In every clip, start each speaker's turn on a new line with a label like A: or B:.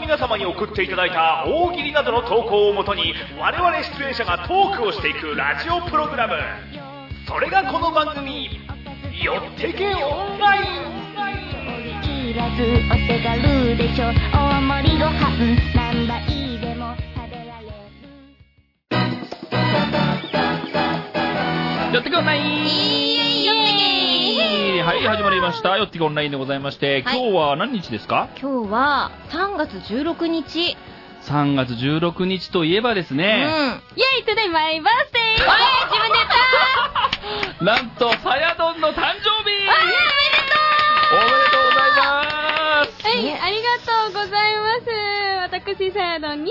A: 皆様に送っていただいた大喜利などの投稿をもとに我々出演者がトークをしていくラジオプログラムそれがこの番組「よってけオンライン」
B: いらずお手軽でしょ大盛りご飯何杯でも食べられる
C: やってくオンラインはい、始まりました。よってくオンラインでございまして、
D: はい
C: 今日は何日ですか
D: 今日は3月16日。
C: ?3 月16日といえばです
D: うん。イ
C: ね、
D: ェイトゥデイマイバースデーはい自分でや
C: な
D: った
C: んと、さやどんの誕生日おめでとうございます
E: はい、ありがとうございます。私、さやどん22歳に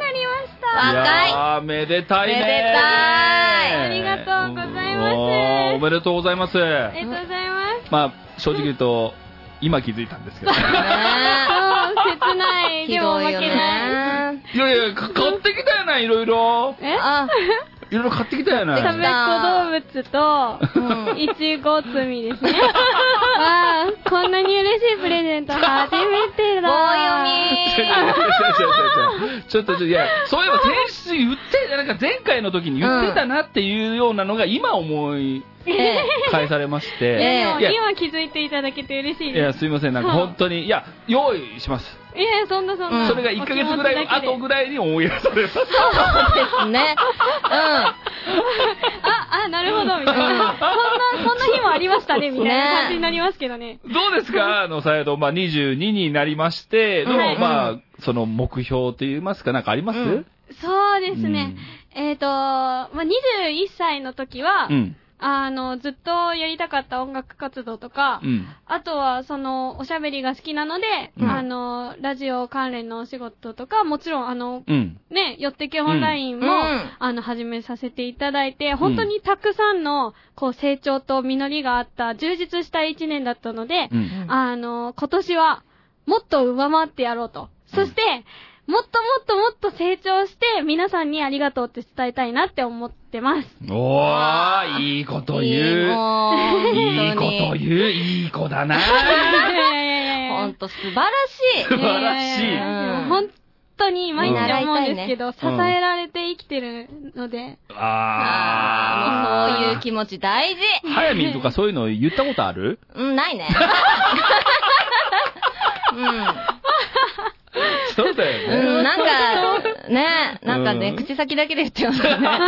E: なりました。
D: わ若い
C: いやーめでたいね
D: めでたい
E: ありがとうございます
C: おーおめでとうございます。
E: ありがとうございま
C: まあ、正直言うと、今気づいたんですけど。い
E: す。そう、切な
D: ね
E: い。
D: ひ
E: でも
D: ど
E: 負
D: い
E: け
D: よ
E: ない。
D: ね。
C: やいや、か買ってきたやない、いろいろ。
E: え
D: あ、
C: いろいろ買ってきたや
D: 買
E: た
C: ない。
D: っ
E: めっ子動
D: う
E: 物と、
D: ん。
E: いちご摘みです ね。 わあ、こんなに嬉しいプレゼント初めてだ。
D: 棒
C: ちょ
D: 読み。
C: っと、ちょっと、いや、そういえば先週言って、なんか前回の時に言ってたなっていうようなのが今思い
D: え
C: 返されまし
D: え
C: て、
E: でも
C: いや
E: 今気づいていただけて嬉しい
C: い
E: で
C: や、
E: す。
C: すいません、なんか本当に、いや、用意します。
E: いや、そんなそん
D: うん
E: な。
C: それが1ヶ月ぐらい後ぐらいに思い出されます。
D: そうですね。
E: あ、あ、なるほど、みたいな。そんな、そんな日もありましたね、みたいな感じになりますけどね。
C: どうですかあの、さやと、まあ、22になりまして、でも
D: はい
C: まあ、その目標といいますか、なんかあります
D: うん
E: そうですね。。えっ、と、まあ、21歳の時は、
C: うん。
E: あの、ずっとやりたかった音楽活動とか、
C: うん。
E: あとは、その、おしゃべりが好きなので、
C: うん
E: あの、ラジオ関連のお仕事とか、もちろん、あの、
C: うん。
E: ね、よってけオンラインも、
D: うん
E: あの、始めさせていただいて、本当にたくさんの、こう、成長と実りがあった、充実した一年だったので、
C: う。
D: うんん。
E: あの、今年は、もっと上回ってやろうと。そして、もっともっともっと成長して、皆さんにありがとうって伝えたいなって思ってます。
C: おー、いい こと言う。いいこと
D: う。
C: 言う。いい子だ な。
D: ほんと素晴らし
C: 素
D: い。
C: 晴らしい
E: いややや
D: うん
E: 本当に毎日思うんですけど、支
C: 習いたいね
E: えられて生きてるので、
C: あー。
D: あーもうそういう気持ち大事。
C: 早見とかそういうの言ったことあ る
D: うん、ない ね。うん。
C: そうだよね。
D: うん、なんか、ね、なんかね、
C: うん
D: 口先だけで言ってますね。
C: ま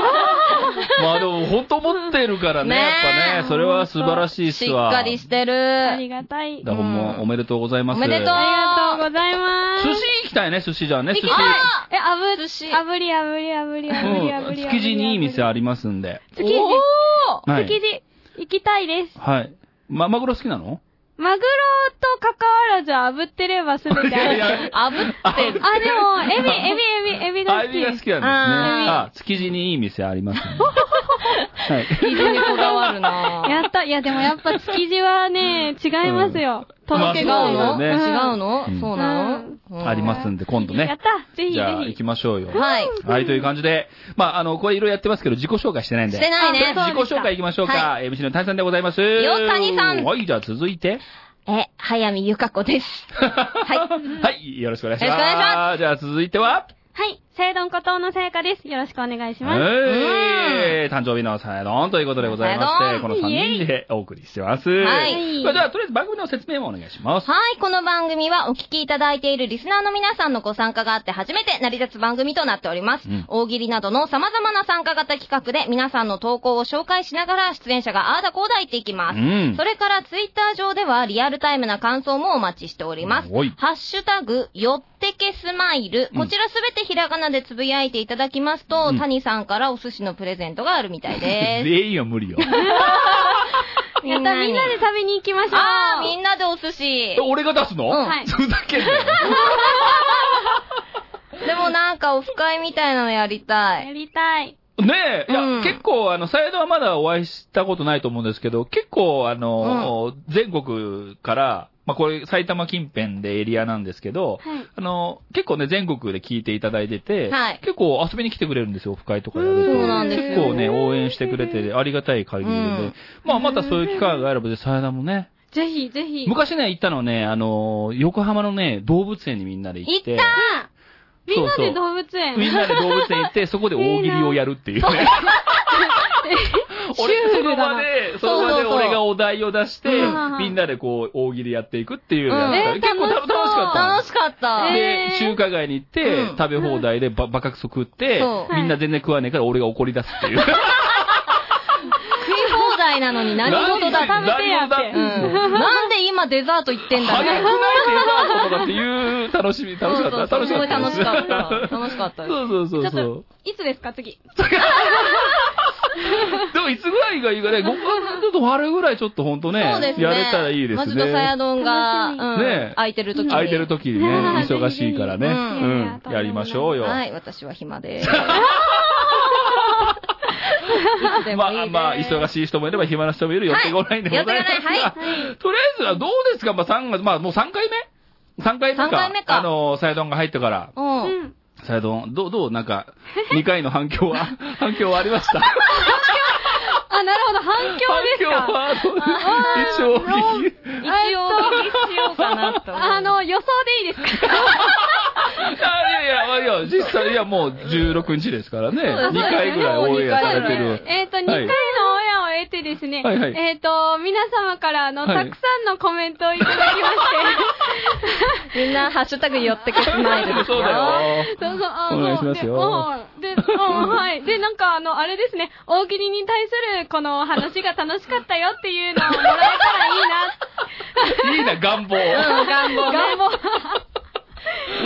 C: あでも、本当持ってるからね、
D: ねえ
C: やっぱね。それは素晴ら しいっす
D: しっ
C: わ。
D: かりして
E: あ
D: る
E: り。がたい。
C: だからもうおめでとうございます。
D: おめでとう
E: ありがとうございます。
C: 寿司行きたいね、寿司じゃんね、寿司。
E: え、あぶ、
D: 寿司
E: あぶりあぶりあぶりあぶりあぶ
C: うん、
E: り。
C: 築地にいい店ありますんで。
E: 築地。
D: お
C: は
E: 築
C: い。
E: 地、行きたいです。
C: はい。ま、マグロ好きなの
E: マグロと関わらず炙ってれば全てある。
D: ーあぶってる。
E: あ、でも、エビ、エビ、エビ、エビが
C: あ、
E: 好
C: エ
E: き
C: ビが好きなんで
E: で
C: す
E: す。
C: ね。
D: あ
C: あ、築地にいい店ありますん で。はい。
D: 非常にこだわるなぁ
E: やった。いや、でもやっぱ築地はね、違いますよ。とろ
C: 違
E: け
C: う
D: 違う
E: が
C: まあそ
D: の
C: うだよね
D: 違うの
C: うん
D: そうなの
C: ありますんで、今度
E: やっ
C: ね。
E: た。ぜひ
C: じゃあ、
E: ぜ
C: 行
E: ひ。
C: きましょうよ。
D: はい。
C: はい、という感じで、まあ、あの、これいろいろやってますけど、自己紹介してないんで。
D: してない
E: あそ
D: ね。
C: 自己紹介行きましょうか。MC の谷さんでございます。
D: よ谷さん
C: はい、じゃあ続い て。
D: え、早見ゆか 子です。はい。
C: はい、よろしくお願いし
D: よ
C: ます。
D: ろしくお願いしま
C: じゃあ続いては、
E: はい。聖丼孤島のさやかです。よろしくお願いします。
C: はい。誕生日のさやどんということでございまし
D: さや
C: て、
D: どん
C: この3人でお送りしてます。
D: はい
C: それでは、とりあえず番組の説明もお願いします。
D: はい、この番組はお聞きいただいているリスナーの皆さんのご参加があって初めて成り立つ番組となっております。
C: うん
D: 大喜利などの様々な参加型企画で皆さんの投稿を紹介しながら出演者があーだこーだ言っていきます。
C: うん
D: それからツイッター上ではリアルタイムな感想もお待ちしております。
C: おい
D: ハッシュタグ、よってけスマイル。
C: うん
D: こちらすべてひらがなでつぶやいていただきますと、
C: うん
D: 谷さんからお寿司のプレゼントがあるみたいで
C: 全員は無理よ。
D: す。
E: やった。みんなで
D: で。
E: 食べに行きましょう。
D: あー、みんなでお寿司
C: え。 俺が出すの
D: うん
E: はい
C: ふざけんなよ。
D: でもなんかオフ会みたいなのやりた
E: や
D: い。
E: りたい。
C: ねえ、いや、
D: うん
C: 結構、あの、サイドはまだお会いしたことないと思うんですけど、結構、あの、全国から、まあ、これ、埼玉近辺でエリアなんですけど、
E: はい。
C: あの、結構ね、全国で聞いていただいてて、
D: はい
C: 結構遊びに来てくれるんですよ、オフ会とかやると。
D: そうなんですよ
C: 結構ね、応援してくれて、ありがたい限りで、
D: うん
C: まあ、またそういう機会があれば、で、サヤダもね、
E: ぜひ、ぜひ。
C: 昔ね、行ったのね、あの、横浜のね、動物園にみんなで行
D: 行
C: っ、
D: ってた
E: みんな
C: そうそ
E: で
C: う
E: 動物園。
C: みん なで動物園行って、そこで大喜利をやる っていうね。 俺、
E: シュ
C: そ
E: ール
C: の
E: だ
C: 場
E: な
C: で、その場
D: そう
C: で
D: そうそう
C: 俺がお題を出して
E: うん、
C: みんなでこう、大喜利やっていくっていうのをや
D: うん
C: った。結構楽しかったの。
D: 楽しかった。
E: え
C: で、
E: ー
C: 中華街に行って、
D: うん
C: 食べ放題でば、ばかくそ食って
D: そう、
C: みんな全然食わねえから俺が怒り出すっていう。
D: 食い放題なのに何事だ
C: 何
D: っ
C: 何
D: て。
C: をだって。
D: うんなんで今デザート行ってんだ
C: 早くない
D: ね
C: デザートとかっていう楽しみ、楽しかった。
D: そうそう
C: 楽
D: す
C: しか
D: ご
C: っ
D: い
C: た。
D: 楽しかった。楽しかった
C: そ
D: で
C: う
D: す。
C: そうそう
E: ち
C: そ
E: ょっ
C: う。
E: と、いつですか、次。
C: でもいつぐらいがいいかね、ごちょっとあれぐらいちょっとほんとね、
D: そうですね。
C: やれたらいいですね。
D: マジとサヤドンが、うん
C: ねえ
D: 空いてる時に。
C: 空いてる時にね、
E: うん
C: 忙しいからね。
D: う
C: うん
E: ん。
C: やりましょうよ。
D: はい、私は暇で す。いつで
C: ま
D: もいい
C: あ、
D: です。
C: まあ、忙しい人もいれば暇な人もいるよってごないんでございますが、
D: はい寄ってこ
C: とりあえずはどうですかまあ、3月、まあ、もう3回目 ?3 回目か。
D: 三回目か
C: あの、サイドンが入ってから。
E: う
D: うん。
E: ん。
C: サイドン、どう、どう、なんか、2回の反 響は、反響はありました。
E: あ、なるほど、反響ですか。
C: 反響は、どう一応、
D: 一応お聞きしようかな と。
E: あ、の、予想でいいです か
C: あいやいやまあ、いや、実際、いや、もう16日ですからね。
D: そうです
C: 2回ぐらいオンエアされて
D: もう二
C: る。
E: えっと、2
C: は
E: 回
C: い
E: のオンエアを終えてですね、
C: はいはい
E: えっと、皆様からあの、
C: はい
E: たくさんのコメントをいただきまして、
D: みんな、ハッシュタグ寄ってけスマイルで す
C: そうだ
D: よ。
C: よ。
E: そうそう、あ
C: お願いしますよ
E: そうで、うん、で、うん、はい。で、なんか、あの、あれですね、大喜利に対する、この話が楽しかったよっていうのをもらえたらいい な、
C: いいな、願望。
D: うん、願望ね。
E: 願望。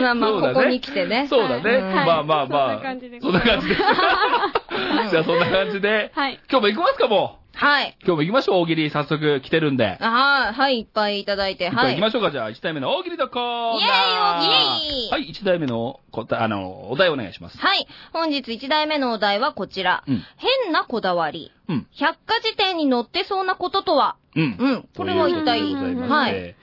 D: まあま
C: そうだ
D: あ、
C: ね
D: ここに来てね。
C: そうだね。
D: はい
C: まあまあまあ。
E: そんな感じで
C: そんな感じで。 じゃあそんな感じで。
E: はい。
C: 今日も行きますか、もう。
D: はい。
C: 今日も行きましょう、大喜利。早速来てるんで。
D: あーはい、いっぱいいただいて、
C: 一回
D: は
C: 行
D: い
C: き。ましょうか、じゃあ、1題目の大喜利のコーナー。
D: イエーイイエーイ
C: はい、1題目の答え、あの、お題お願いします。
D: はい。本日1題目のお題はこちら。
C: うん
D: 変なこだわり。
C: うん。
D: 百科事典に載ってそうなこととは
C: うん。
D: うん。これは一体
C: ということでございま。して
D: はい。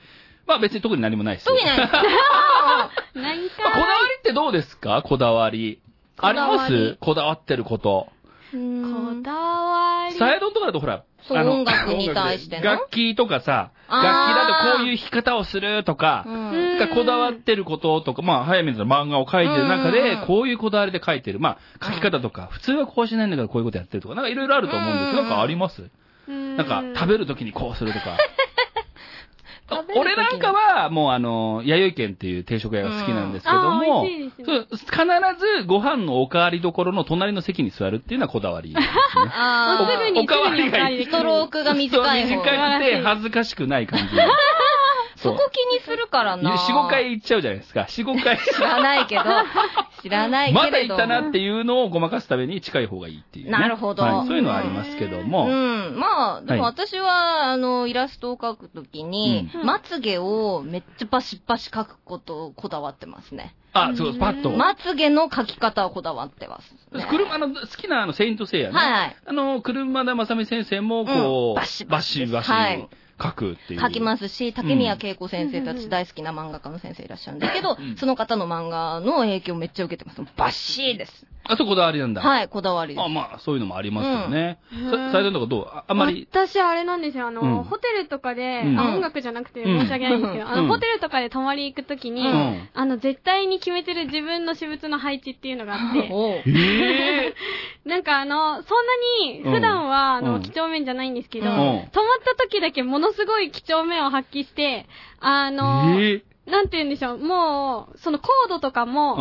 C: まあ別に特に何もないです。
D: 特にな い
C: ま
D: です。あ
E: 何
C: あ
E: か
C: こだわりってどうですかこだわり。ありま
D: こだわ
C: す
D: り
C: こだわってること。
D: ーうーん
E: こだわり。
C: サイドンとかだとほら、
D: そう
C: あの
D: 音楽に対しての
C: 音楽で楽器とかさ、楽器
D: あ
C: だ
D: ー
C: とこういう弾き方をするとか
D: う、
E: うんん
C: がこだわってることとか、まあ、早見さんの漫画を描いてる中
D: うんうんう
C: で
D: ん、
C: こういうこだわりで描いてる。まあ、描き方とか、普通はこうしないんだからこういうことやってるとか、なんかいろいろあると思うんです
D: うん
C: け
D: う
C: ど、
D: んう
C: なんんかあります
E: な
C: なんか、食べるときにこうするとか。
D: 食べる時に
C: 俺なんかは、もうあの、弥生県っていう定食屋が好きなんですけども、
E: うんあー美味しいです
C: そう必ずご飯のおかわりどころの隣の席に座るっていうのはこだわりですね。
D: あ
E: すぐ
D: ー
E: に、
C: おかわりがいい
D: ストロークが短い
C: そう
D: 方。
C: 短くて恥ずかしくない 感じ。
D: そこ気にするから
C: 4、
D: な。
C: 5回行っちゃうじゃないですか。4、5回。
D: 知らな いけど、知らない
C: ま
D: け
C: だ
D: れ
C: 行
D: ど。
C: ったなっていうのをごまかすために近い方がいいっていうね、
D: なるほど
C: はいそういうのはありますけど
D: う
C: も。
D: ん。まあ、でも
C: はい
D: 私は、あの、イラストを描くときに、
E: うん
D: まつげをめっちゃバシバシ描くことをこだわってますね。
C: あ、そう、パッと。
D: まつげの描き方をこだわってます、ね。
C: 車、あの、好きなあの、セイントセイヤね。
D: はいはい
C: あの、車田正美先生も、こ
D: うん
C: う、
D: バシバ
C: バ
D: シ
C: シ
D: です
C: バシ
D: はい
C: 書くっていう。。
D: 書きますすし、竹宮恵子先生たち大好きな漫画家の先生いらっしゃ るんだけど、
C: うん
D: その方の漫画の影響めっちゃ受けてます。バシーです。
C: あとこだわりなんだ。
D: はい、こだわりです
C: あ。まあ、そういうのもありますよね。
E: うん
C: さ斉藤のとかどうああんまり、
E: 私、あれなんですよ、あの、
C: うん
E: ホテルとかで、
C: うん
E: あ音楽じゃなくて申し訳ないんですけど、
D: うん
E: あの、
C: うん
E: ホテルとかで泊まり行くときに、
C: うん
E: あの、絶対に決めてる自分の私物の配置っていうのがあって、
D: おう
C: え
E: なんかあの、そんなに、普段は、あ
C: う
E: の、
C: ん
E: 几帳面じゃないんですけど、
D: うん
E: 泊まった時だけものすごい几帳面を発揮して、あの、
C: ー、え
E: なんて言うんでしょう、もう、そのコードとか
C: う
D: う
E: も、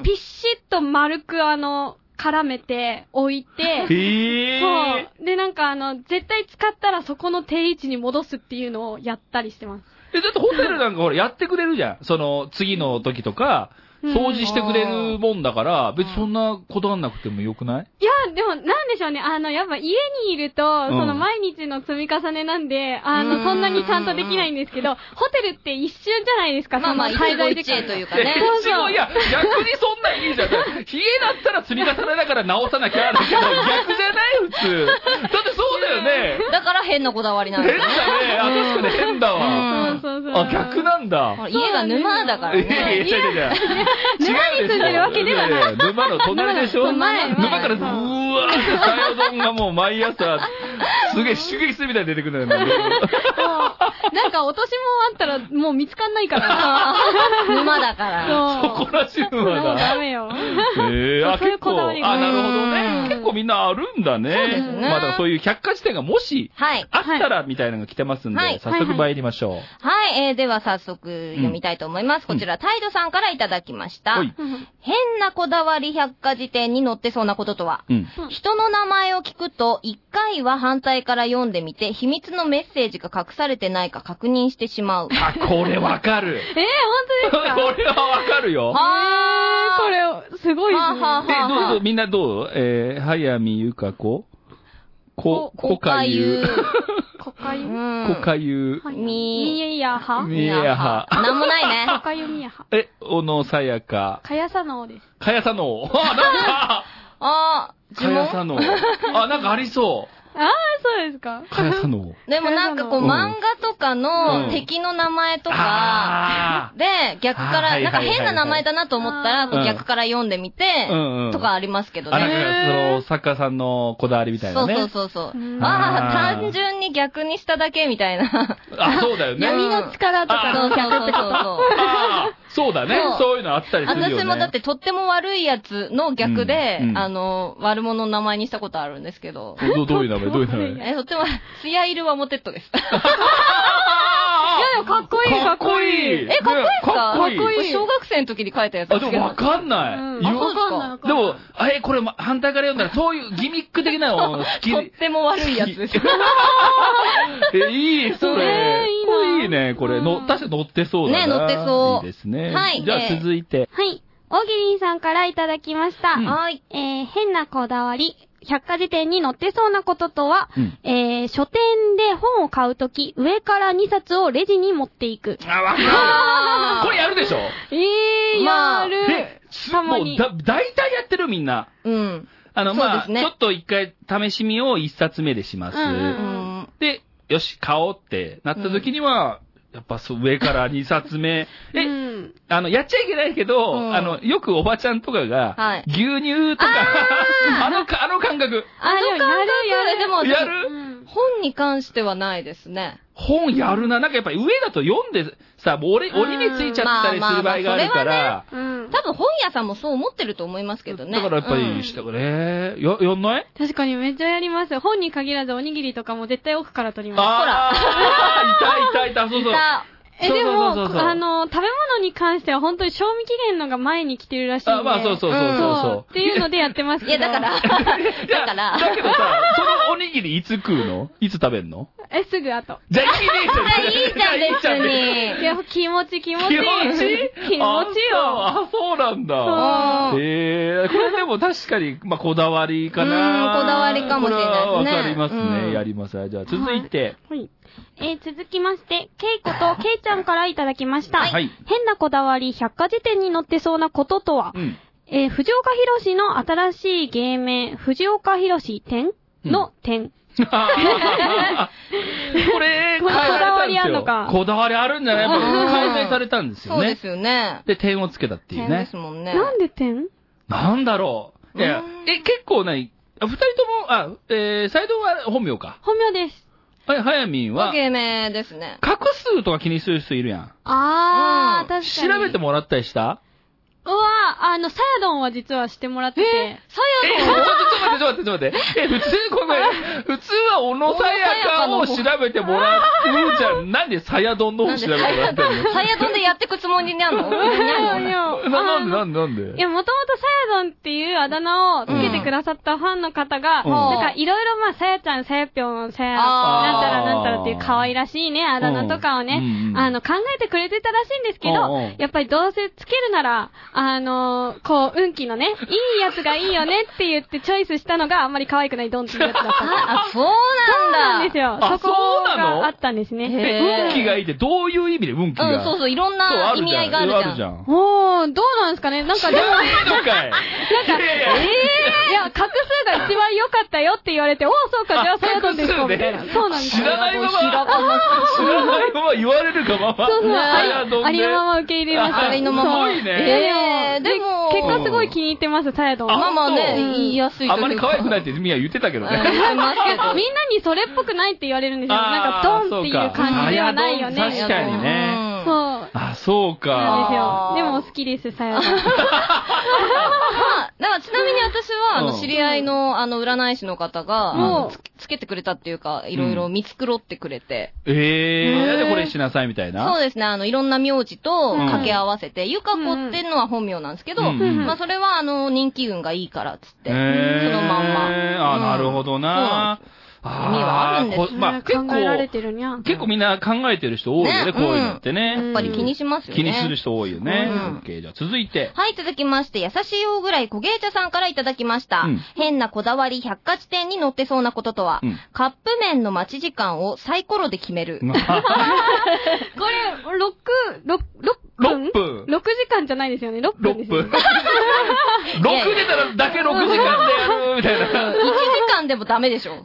D: ん。
E: ピッシッと丸く、あの、絡めて、置いて、
C: ー、えー、
E: そう。で、なんかあの、絶対使ったらそこの定位置に戻すっていうのをやったりしてます。
C: え、だってホテルなんかほらやってくれるじゃん。その、次の時とか、
E: うん
C: 掃除してくれるもんだから、別にそんなこだわんなくてもよくない
E: いや、でも、なんでしょうね。あの、やっぱ家にいると、
C: ん
E: その毎日の積み重ねなんで、あ
D: うん
E: の、そんなにちゃんとできないんですけど、ホテルって一瞬じゃないですか、
D: まあまあ、
E: そ
D: 一
E: の滞在
D: 期
E: 時
D: 一会
E: 間
D: というか
C: え
D: ね。
E: そう
C: すごい、いや、逆にそんなんいいじゃん。冷えだったら積み重ねだから直さなきゃだけど、逆じゃない普通。だってそうだよね。
D: だから変なこだわりなんで
C: 変
D: すね。
C: だね。私それ変だわ。
E: そ
D: うん
E: うそうそう。
C: あ、逆なんだ。
D: ほら家が沼だから
C: いやいや
D: ね。
C: 違う違う違う。違うでしょ
E: 沼に住んでるわけではない
C: やや。沼の隣でしょ
E: 沼
C: 沼
E: だよ
C: からず
E: 沼
C: ー
E: だよ
C: わーってサヨドンがもう毎朝、すげえ刺激するみたいに出てくるんだよね。
E: そうなんか落とし物あったらもう見つかんない から。
D: 沼だから。
E: そう。
C: こらしい
E: そ
C: 馬
E: れもう
C: だ。
E: ダメよ。
C: ええあ、
E: そうい
C: 結
E: うこ
C: 構、
E: だ
C: あ、
E: わりが
C: なるほど
D: うん
C: ね。結構みんなあるんだね。
D: うですね
C: まあだからそういう百科事典がもし、
D: はい。
C: あったらみたいなのが来てますんで、
D: はい
C: 早速参りましょう。
D: はい、えー、では早速読みたいと思います。
C: うん
D: こちら、タイドさんからいただきました。
C: はい
D: 変なこだわり百科事典に載ってそうなこととは、
C: うん。
E: うん
D: 人の名前を聞くと、一回は反対から読んでみて、秘密のメッセージが隠されてないか確認してしまう。
C: あ、これわかる。
E: えー、本
C: こ
E: 当ですか
C: れはわかるよ。
D: あー、
E: これ、すごいですね。
D: はあはあ
C: で、どう
D: は
C: どうみんなどうえー、早見ゆか子こ、こかゆ。
E: コカ
D: う
E: ユ
D: ん。
C: こかゆ。
E: はい
D: み
E: みえやは
C: みえやは。
D: なんもないね。
E: コカユみやは。
C: え、小野さやか。
E: かやさのおです。
C: かやさの。 あ、なんか、
D: あー、
C: か
D: 呪
C: やさ
D: 文
C: の。あ、なんかありそ
E: ああ、そうですか
C: う。。かやさの。
D: でもなんかこう、
C: うん
D: 漫画とか
C: うん
D: の敵の名前とか、
C: あ
D: で、逆か
C: あ
D: ら、
C: ー
D: なんか
C: はいはいはいはい
D: 変な名前だなと思ったら、こ
C: う
D: うん逆から読んでみて
C: うんうん、
D: とかありますけど
C: ーあ、なん
D: ね。
C: か、その、作家さんのこだわりみたい
D: そ
C: なね。
D: うそうそうそう
E: う。ん
D: あ
C: あ
D: あ、
C: ー
D: 単純に逆にしただけみたいな。
C: あ、そうだよ ね。
E: 闇の力とか
D: そう
E: の
D: そう
E: 客
D: そ
E: っ
D: う
E: てこと。
D: そう。
C: あーそうだね
D: そう。
C: そういうのあった りするよね。
D: 私もだってとっても悪いやつの逆で、
C: うんうん
D: あの、悪者の名前にしたことあるんですけど。
C: ど、どういう名前どういう 名前
D: え、とっても、スヤイルはモテットです。
E: いやでもかっこいい、
C: かっこいい。
D: え、かっこいいですか
C: かっこいい。
D: これ小学生の時に書いたやつ
C: あ、
D: です
C: で
D: け
C: もわ
D: ど。
C: かん
E: う
C: なんい。言わ
E: わかんないわかん
C: で
E: ない
C: も、あれ、これ、ま反対から読んだら、そういうギミック的なのを好き。
D: とっても悪いやつです。
C: え、いい、そ
E: ね
C: れ。
E: えいい
C: かっ
E: な
C: こいいね、これ。
E: う
C: の、
E: ん
C: 確かに乗ってそうだな。
D: ね乗ってそう
C: いいですね。
D: はい
C: じゃ
D: え
C: あ
D: ー
C: 続いて。
E: はい。大喜利さんからいただきました。
C: うん
D: はい。
E: えー、変なこだわり。百科事典に載ってそうなこととは、
C: うん
E: えー、書店で本を買うとき、上から2冊をレジに持っていく。
C: あ、わか
D: あー
C: る。これやるでしょ
E: えー、
D: まあ
E: やる、
C: で、す
E: た
C: も
E: まに
C: う、だ、大体やってるみんな。
D: うん。
C: あの、まあ、
D: そうですね
C: ちょっと一回試し見を一冊目でします。
E: うんうん
D: うん。
C: で、よし、買おうってなった時には、やっぱそう上から2冊目。
E: う
C: え、
E: ん。
C: あの、やっちゃいけないけど、
D: うん
C: あの、よくおばちゃんとかが、
D: はい
C: 牛乳とか、あのか、あの感覚、
E: あ、でもやるやる。
D: でも、
C: や
E: う
C: る
E: ん
D: 本に関してはないですね。
C: 本やるな。なんかやっぱり上だと読んでさ、もう折れ、折り目ついちゃったりする場合があるか
D: まあまあまあそれは
C: ら、
E: うん。
D: 多分本屋さんもそう思ってると思いますけどね。
C: だからやっぱ
D: う
C: り、
D: ん
C: したからね、や、やんない
E: 確かにめっちゃやります。本に限らずおにぎりとかも絶対奥から取ります。
C: あー、いたいたいた、そうそう。
D: さ
E: え、
C: そう
E: でも、
C: そうそうそうそう
E: あの、食べ物に関しては本当に賞味期限のが前に来てるらしいんで。
C: あ、まあそうそうそう
D: う
C: そう
E: そ
D: ん
E: う
C: そ。う。
E: っていうのでやってますけ
D: あ
E: ど
D: いや、だから、
C: いや
D: だから、
C: だけどさ、そのおにぎりいつ食うのいつ食べんの
E: え、すぐ後。
C: じゃあ、いいね
D: いいじゃん、別
E: い
D: に。
E: や、気持ち気持
C: 気持
E: ち。
C: ちいい
E: 気持ちよ。
C: あ、そうあそうなんだ。
D: うん
C: ええこれでも確かに、まあ、こだわりかな。
D: うんこだわりかもしれないですね
C: これはわかりますね。
D: うん
C: やります。はいじゃあ、続いて。
E: はい。えー続きまして、ケイコ とケイちゃんからいただきました。
C: はい
E: 変なこだわり、百科事典に載ってそうなこととは、
C: うん。
E: えー藤岡弘の新しい芸名、藤岡弘点の点。
C: これ、変えられたんですよ
E: こだわりあんのか
C: こだわりあるんじゃないやっぱ
D: うん
C: 改正されたんです
D: そ
C: よ
D: うで
C: ね。
D: すよね。
C: で、点をつけたっていう
D: 変で
C: ね
D: す。もんね。
E: なんで点
C: なんだろう。いや
D: う、ん
C: え、結構ね、あ二人とも、あ、えー、斎藤は本名か。
E: 本名です。
C: あれ、早見は、
D: 芸名ですね。
C: 画数とか気にする人いるやん。
E: あー、
D: うん
E: 確かに。
C: 調べてもらったりした
E: うわ、あの、サヤドンは実はしてもらってて。
D: さ
C: え、ちょっとちょっと待って、ちょっと待って。え、普通これ、普通は小野さやかを調べてもらうじゃん。なんでさやどんの方
D: なん
C: 調
D: で
C: べてもらってるの
D: サイヤ丼でやってくつもりにゃ んのにゃんの
E: よ
C: ななんでなんでなんで
E: いや、もともとサヤドンっていうあだ名をつけてくださったファンの方が、
C: うん
E: なんかいろいろまあ、さやちゃん、さやぴょん、さや、
D: あー
E: なんたらなんたらっていう可愛らしいね、あだ名とかをね、
C: うんうん
E: あの、考えてくれてたらしいんですけど、
C: うんうん
E: やっぱりどうせつけるなら、あのーこう、運気のね、いいやつがいいよねって言ってチョイスしたのがあんまり可愛くないドンっていうやつ だったんです。
D: あ、そう
E: そうな
D: なんん
E: です
D: だ。
E: よ。
C: あ
E: そこ
C: そうなの
E: があったんですね。
D: へー
C: 運気がいいってどういう意味で運気が
D: うん、そう
C: う、
D: そう、いろんな意味合いがあるじゃん。
C: ん。ある
E: おー、どうなんですかねなんかで も、
C: じゃん。いいのかい
E: なんか、え
C: やいや
E: ー、いや、画数が一番良かったよって言われて、おー、そうか、じゃあ、そういうことですか、
C: 画数で
E: みたいな。そうなんです
C: 知
E: よ。
C: らないまま、知らないまま言われるがまま。
E: そうそう、
C: さ
E: あ
C: やどん
E: り、
C: で
E: ありのまま受け入れました。
D: ありのまま
E: そう
C: すごいね
E: いやいや
D: えね、でも、
E: 結果すごい気に入ってます、さやどん。
D: まあまあね、
E: うん
D: 言いやすいというか
C: あんまり可愛くないってみや言ってたけど
D: うん
C: ね。
D: 言ってますけど。
E: みんなにそれっぽくないって言われるんですよ。なん
C: あー
E: か、ドンっていう感じではない
C: そ
E: よ
C: う
E: ね。
C: か確かにね
D: うん
E: そう。
C: あ、そう
E: なんです
C: か。
E: よ
D: あ。ー
E: でも好きです、さやどん。
D: まあ、だからちなみに私は、あ
C: う
D: の、
C: ん
D: 知り合いの、あの、占い師の方
C: う
D: が
E: ん、
D: つつけてくれたっていうか、いろいろ見繕ってくれて。
C: え
D: ね
C: え、なんでこれしなさいみたいな。
D: そうですね、あの、いろんな名字と
C: うん
D: 掛け合わせて、ゆかこってのは本名なんですけど、
C: うんうん
D: まあ、それは、あの、人気運がいいから、つって。
C: ええ
D: そのまんま
C: あ、
D: うん
C: なるほどな。ー
D: 意味はあるんです
C: こ
D: ね
C: まあ、結
E: 考えられ
C: 構、
E: てるにゃん。
C: 結構みんな考えてる人多いよね、
D: ね
C: こういうのってね。
E: うん
D: やっぱり気にしますよね。
C: 気にする人多いよね。オ
D: うん
C: ッケーじゃあ続いて。
D: はい、続きまして、優しい大ぐらい小芸茶さんからいただきました。
C: うん
D: 変なこだわり百科事典に載ってそうなこととは、
C: うん
D: カップ麺の待ち時間をサイコロで決める。
E: これ、六六六分
C: 6分
E: 六時間じゃないですよね、6分で
C: 6
E: すよ
C: 分。
E: ね。
C: 6出たらだけ6時間でやるみたい
D: 1
C: な。
D: 時間でもダメでし ょ。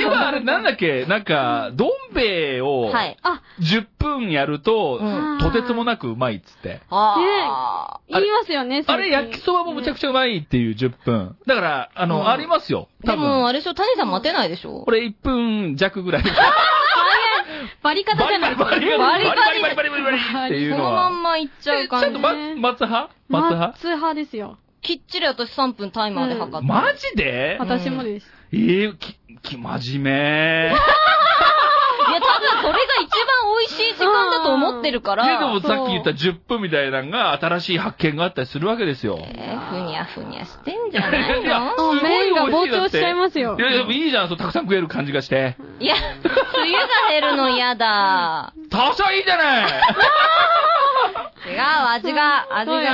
C: 今あれなんだっけなんか、どん兵衛を
D: はい。
E: あ、
C: 10分やると
D: う、ん
C: とてつもなくうまいっつって。
D: あ
E: 言いますよね、
C: あれ焼きそばもむちゃくちゃうまいっていう10分。だから、あ
D: うん
C: の、ありますよ。
D: ー。
C: 多
D: でも、
C: 分。
D: あれでしょ、谷さん待てないでしょ
C: これ1分弱ぐらい。
E: バリカタじゃないですか。
C: バリバリバリバリバリバリバリっていう
D: そ
C: の
D: のま
C: は。
D: んま行っちゃ
C: え
D: う
C: ちゃん
D: 感
C: と
D: じ。
C: ま
E: ね
C: 松派松
E: マ
C: 派
E: ツ派ですよ。
D: きっちり私3分タイマーで測って。
C: マジで
E: 私もです。
C: えー、き、き、真面目。
D: いや、多分それが一番美味しい時間だと思ってるから。
C: ね、でもさっき言った10分みたいなのが新しい発見があったりするわけですよ。
D: えーふにゃふにゃしてんじゃない
C: いや
D: の
E: もう
C: すごい
E: 麺が
C: 美味し
E: 膨
C: いだ
E: 張
C: っ
E: してちゃいますよ
C: い。や、でもいいじゃん、そうたくさん食える感じがして。
D: いや、つゆが減るの嫌だ。
C: 多少いいじゃない
D: 違う、味が、味
E: そう
D: が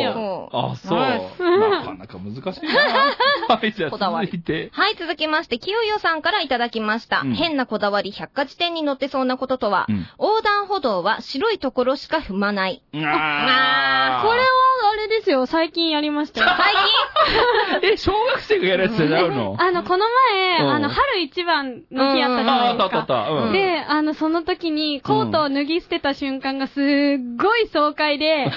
E: よ
D: もう。
C: あ、そう
E: 味
D: よ。
C: あ、そう。
E: うん
C: なかなか難しいな。はい、じゃ
D: こだ
C: あ
D: わり
C: 続いて。
D: はい、続きまして、きよよさんからいただきました。
C: うん
D: 変なこだわり百科事典に載ってそうなこととは、
C: うん
D: 横断歩道は白いところしか踏まない。
C: あ
E: これは、あれですよ、最近やりましたよ。
D: 最
C: え、小学生がやるやつじゃないの
E: あの、この前、
C: うん
E: あの、春一番の日あったじゃ
C: あ
E: な
C: あっ
E: いで
C: たあ
E: す
C: ったあった。
E: か。
C: うん。
E: で、あの、その時に、コートを脱ぎ捨てた瞬間がすっごい爽快 で、で、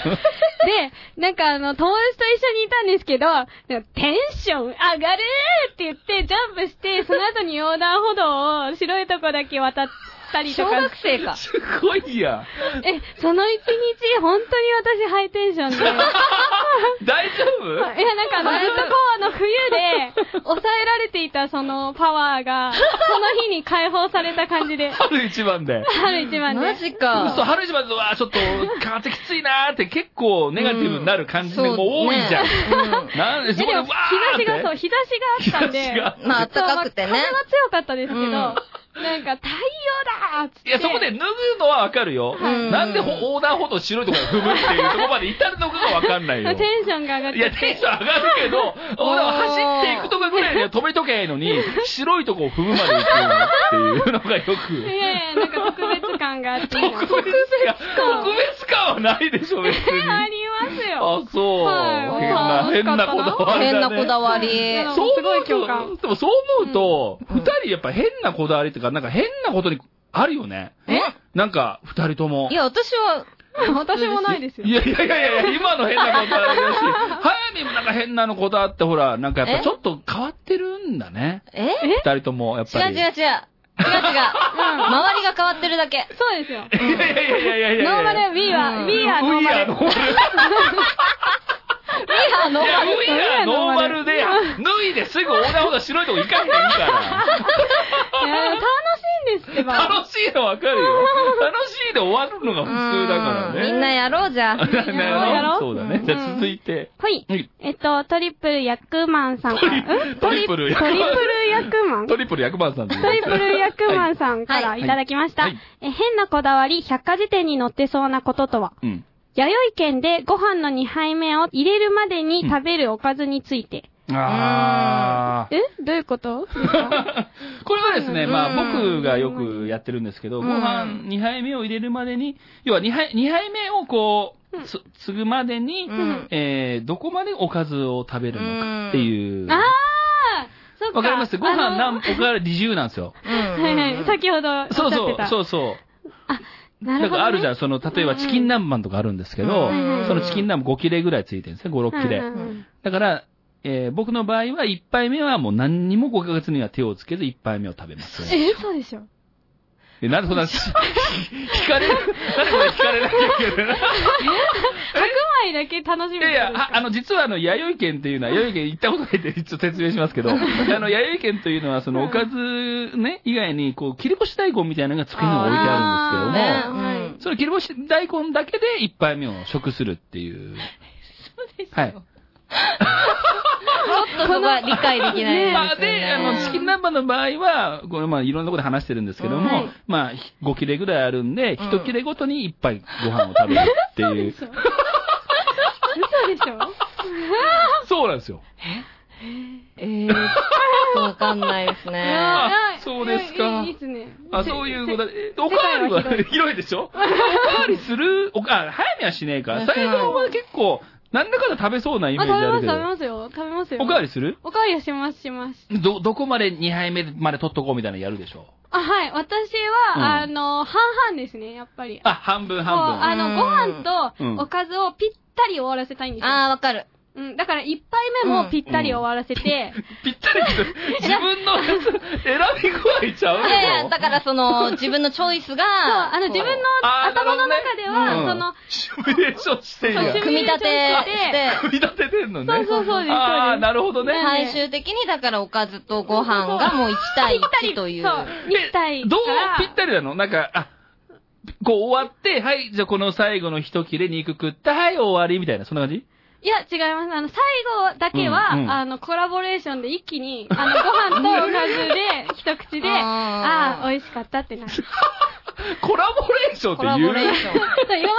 E: なんかあの、友達と一緒にいたんですけど、なんかテンション上がるーって言って、ジャンプして、その後に横断歩道を白いとこだけ渡ったり
D: 近
E: と
D: 小
E: か。
D: 学生か。
C: すごいや。
E: え、その一日、本当に私ハイテンシ ョンで。
C: 大丈夫
E: いや、なんかあの、ずっとこう、あの、冬で、抑えられていたそのパワーが、その日に解放された感 じで、
C: 春一番で。
E: 春一番
D: マ
E: で。
D: ジ
C: そう、
D: か。
C: 春一番で、わあちょっと、風きついなーって結構ネガティブになる感じ
D: う
C: も
D: ん
C: 多いじゃん。
D: そうね
C: なんで、
E: え
C: そ
E: で
C: こでわ
E: も、
C: ー
E: 日差
C: って。
E: しがそう、日差しがあったんで、
C: 日差し
D: うんまあ、暖かくてね。
E: そうまあ風は強かったですけど、
D: うん
E: なんか、太陽だーっつって。
C: いや、そこで脱ぐのはわかるよ。
D: うん
C: なんでほ横断歩道白いところを踏むっていうところまで至るのかがわかんないよ
E: テ。ンションが上がっ
C: い
E: ちゃ
C: や、
E: って。
C: テンション上がるけど、俺は走っていくとこぐらいには止めとけのに、白いとこを踏むまで行くっていうのがよ
E: い
C: く。
E: やいや、なんか特別感があって。
C: 特別感特別感はないでしょ、別に。
E: ありますよ。
C: あ、そう。
E: はい
C: 変な、変なこだわりだ
D: 変
C: ね。
D: なこだわり。
E: うん
C: そう
E: すごい
C: 思
E: 共
C: うと
E: 感、
C: でもそう思うと、
D: うん
C: 二人やっぱ変なこだわりっていうか、なんか変なことにあるよね。
D: え
C: なんか、二人とも。
D: いや、私は、
E: 私もないですよ
C: い。やいやいやいや、今の変なことありだし、早見もなんか変なのこだわって、ほら、なんかやっぱ
D: え
C: ちょっと変わってるんだね。
D: え
C: 二人とも、やっ
D: 違う
C: ぱ
D: 違う違う。違う
C: り。
D: 違う。周りが変わってるだけ。
E: そうですよ。
C: いやいやいやいやいやいや。
E: ノーマル、We
D: う
E: は、
D: ん
E: We はノーマル。
C: We are ノーマル。
D: いや、ノーマル。
C: いや、ノーマルで、脱いですぐ横断歩道白いとこ行かなきゃいいから。
E: いや楽しいんですってば。
C: 楽しいのわかるよ。楽しいで終わるのが普通だからね。
D: うんみんなやろうじゃん。
C: だね
E: ろうやろ う
C: そうだね。じゃあ続いて。
E: はい
C: はい。
E: えっと、トリプルヤクマンさんか
C: ト
E: ら。
C: リ
E: ん
C: トリプル
E: トリプルヤクマン
C: トリプル100番さんです
E: トリプルヤクマンさんか
D: は
E: ら
D: い
E: いただきました。
C: はい
E: え変なこだわり、百科事典に載ってそうなこととは
C: うん。
E: 弥生県でご飯の2杯目を入れるまでに食べるおかずについて。
C: あ
E: えどういうことですか
C: ー。これはですね、
D: うん
C: まあ僕がよくやってるんですけど、
D: う
C: ご
D: ん
C: 飯2杯目を入れるまでに、要は2杯、二杯目をこう、つ、継ぐまでに
D: う、ん。
C: えー、どこまでおかずを食べるのかっていう。
E: ああそっ か。
C: わかりますご飯
E: あ
C: 何、
E: の
C: おかわり自由なんですよ。
D: うん。
E: はいはい。先ほどおっしゃって
C: そう
E: た。
C: そう、そうそう。
E: な
C: な
E: る
C: ん
E: ほどね
C: かあるじゃん。その、例えばチキン南蛮とかあるんですけど、
E: う
D: うん
E: んうん
C: そのチキン南蛮5切れぐらいついてるんですね、5、6切れ。
E: うんうんうん
C: だから、えー僕の場合は1杯目はもう何にも5ヶ月には手をつけず1杯目を食べます。
E: え、そうでしょ。
C: え、なんでこんな、し惹かれる、なんでこれ惹かれなきゃいけない
E: 白米だけ楽しみ
C: いやいや、ああの、実はあの、弥生県っていうのは、弥生県行ったことないんで、ちょっと説明しますけど、あの、弥生県というのは、その、おかずね、以外に、こう、切り干し大根みたいなのが机に置いてあるんですけども、
E: あー
D: ね
C: その切り干し大根だけで一杯目を食するっていう。はい。
D: ちょっとそこは理解できないです、ね。
C: まあ、で、あの、チキン南蛮の場合は、これまあ、いろんなところで話してるんですけども、
D: はい
C: まあ、ひ5切れぐらいあるんで、
D: うん
C: 1切れごとに一杯ご飯を食べるっていう。
E: 嘘でしょ
C: そうなんですよ。
D: えー、ちょっとわかんないですね。
C: あそうですか
E: いいいいですね。
C: あ、そういうことで、えおかわりは
E: 世界は 広
C: 広いでし ょおかわりする、おか、早めはしねえか。
D: うん
C: 最後は結構、なんだかんだ食べそうなイメー
E: あ、食
C: ジ
E: べ
C: ある
E: ます、食
C: け
E: べ
C: ど。
E: ますよ。食べますよ。
C: おかわりする
E: おかわりはします、します。
C: ど、どこまで2杯目まで取っとこうみたいなのやるでしょ
E: あ、はい。私
C: うん
E: は、あの、半々ですね、やっぱり。
C: あ、半分
E: こう
C: 半分。
E: あの、ご
C: うん
E: 飯とおかずをぴったり終わらせたいんですよ。
D: あー、わかる。
E: うん。だから、一杯目もぴったり終わらせて、
C: ぴったり来てる自分のやつ選び具合ちゃう
D: いやいや、だからその、自分のチョイス
E: そ
D: が、
E: う、あの、自分の
C: あー
E: 頭の中で
C: なるほ
E: は、
C: ど
E: そ
C: ね
E: の、
C: シミュレーションしてんや
E: そうシミュレーション
D: 組み立てして
E: あ、
C: 組み立ててんのね。
E: そうそうそうです
C: あ
E: そう
C: あ、
E: です
C: なるほどね。
D: 最終的にだからおかずとご飯がもう1対1という。
E: そう、肉体
C: どう
E: から
C: ぴったりなのなんか、あ、こう終わって、はい、じゃあこの最後の一切れ肉食った、はい、終わりみたいな、そんな感じ
E: いや、違います。あの、最後だけは、
C: うんうん
E: あの、コラボレーションで一気に、あの、ご飯とおかず で、一口で、
D: あー
E: ああー、美味しかったってなる。そう
C: コラボレーションって
D: コ
C: 言
D: ラ
C: う
D: ボレーション。
E: 今ま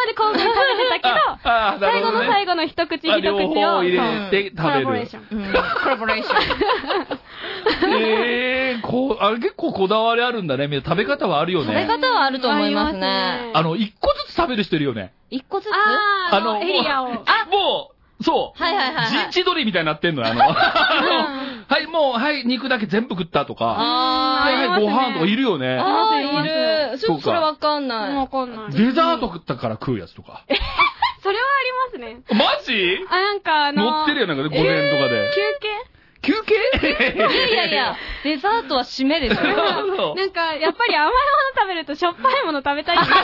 E: で今回食べてたけど、
C: ああ、な
E: 最
C: るほ
E: 後
C: ど、
E: の
C: ね。
E: 最後の一口一口
C: あ両方
E: を、
C: 入
E: そう
C: れて
E: コラボレー
C: 食
E: ション。
D: うんコラボレーション。
C: べる。ええー、こう、あれ結構こだわりあるんだね。みんな食べ方はあるよ
D: 食べ
C: ね。
D: 方はあると思いますね。
C: あの、一個ずつ食べる人いるよね。
D: 一個ずつは
E: あー、あの、
C: もう
E: エリアを。
C: もう、そう。
D: いはいはいはい
C: 陣。地取りみたいになってんのよ、あの。あのはい、もう、はい、肉だけ全部食ったとか。
D: あ
C: は
D: ー
C: い、はい、ご飯とかいるよね。
D: あ
E: いますい
D: ー、い
E: ま
D: る。ちょっとそれわかんない。
E: もうわかんない。
C: デザート食ったから食うやつとか。
E: それはありますね。
C: マジ
E: あ、なんかあの、
C: 乗ってるよ、なんかね、午前とかで
E: 休。憩
C: 休憩
D: いやいやいや、デザートは締めで し ょ。
C: そう
E: なんか、やっぱり甘いもの食べるとしょっぱいもの食べたいっていう。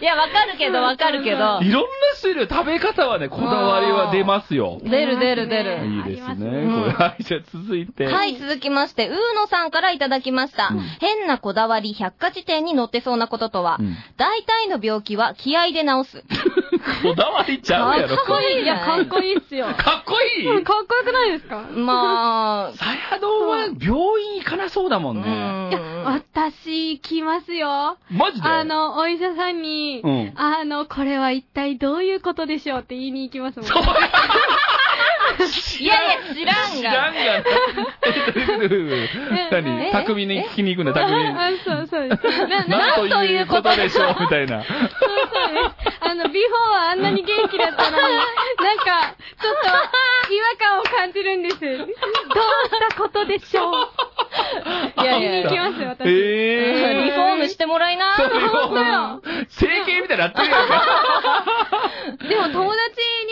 D: いや、わかるけど、わかるけ ど。
C: いろんな種類、食べ方はね、こだわりは出ますよ。
D: 出る出る出
E: あ
D: る。
E: ー
C: いいです
E: あ
C: ね。
E: ります
D: ね
C: これ、はい、じゃあ続いて。
D: はい、続きまして、うーのさんからいただきました。
C: うん
D: 変なこだわり、百科事典に載ってそうなこととは、
C: うん
D: 大体の病気は気合で治す。
C: こだわりちゃうやろ、
D: かっこいい
E: いや、かっこいいっすよ。
C: かっこいい
E: うんかっこよくないですか
D: まあ、
C: さやどんは病院行かなそうだも
D: うんん
C: ね。
E: 私、来ますよ。
C: マジで
E: あ、の、お医者さんに、
C: うん
E: あの、これは一体どういうことでしょうって言いに行きますもん。
C: そう
D: いやいや、知らん
C: 知
D: が。
C: らんが。何
D: え
C: 匠に聞きに行くんだ、匠に。
E: あそうそうです。 な、な、
C: なんということでしょう、みたいな。
E: そうそうです。あの、ビフォーはあんなに元気だったのに、なんか、ちょっと、違和感を感じるんです。どうしたことでしょう
D: いやいや
E: 言いに行きますよ、私。
C: えー。
D: リフォームしてもらいな。
C: そうよ
E: 本当よ。
C: 整形みたいになってるやんか。
E: でも友達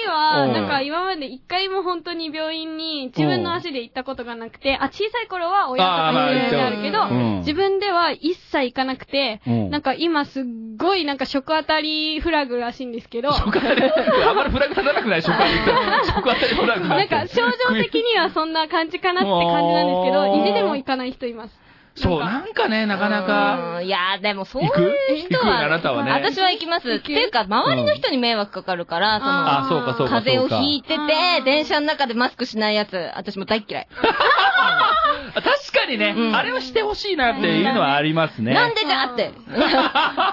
E: には、
C: うん
E: なんか今まで一回も本当に病院に自分の足で行ったことがなくて、あ、小さい頃は親と
C: あーま
E: か
C: あ
E: にであるけど、
D: うん
E: 自分では一切行かなくて、
C: うん
E: なんか今すっごいなんか食あたりフラグらしいんですけど、
C: 初回で、 あんまりフラグ立たなくない初回で言ったら。初回でフ ラグ
E: な んか症状的にはそんな感じかなって感じなんですけ
C: うん
E: ど、意地でも行かない人います。
C: そう、なんか ね、なかなか。
D: うんいや、でもそうい
C: 行く
D: う人
C: 行く
D: は、
C: あなたはね。
D: 私は行きます。っていうか、周りの人に迷惑かかるから、その、
C: あ、そうか、そうか。
D: 風邪をひい
C: て。
D: てて
E: あ、ー
D: 電車の中でマスクしないやつ、私も大っ嫌い。
C: あ確かにね、
D: うん
C: あれはしてほしいなっていうのはありますね。
D: なんでじゃ って。なんで、あ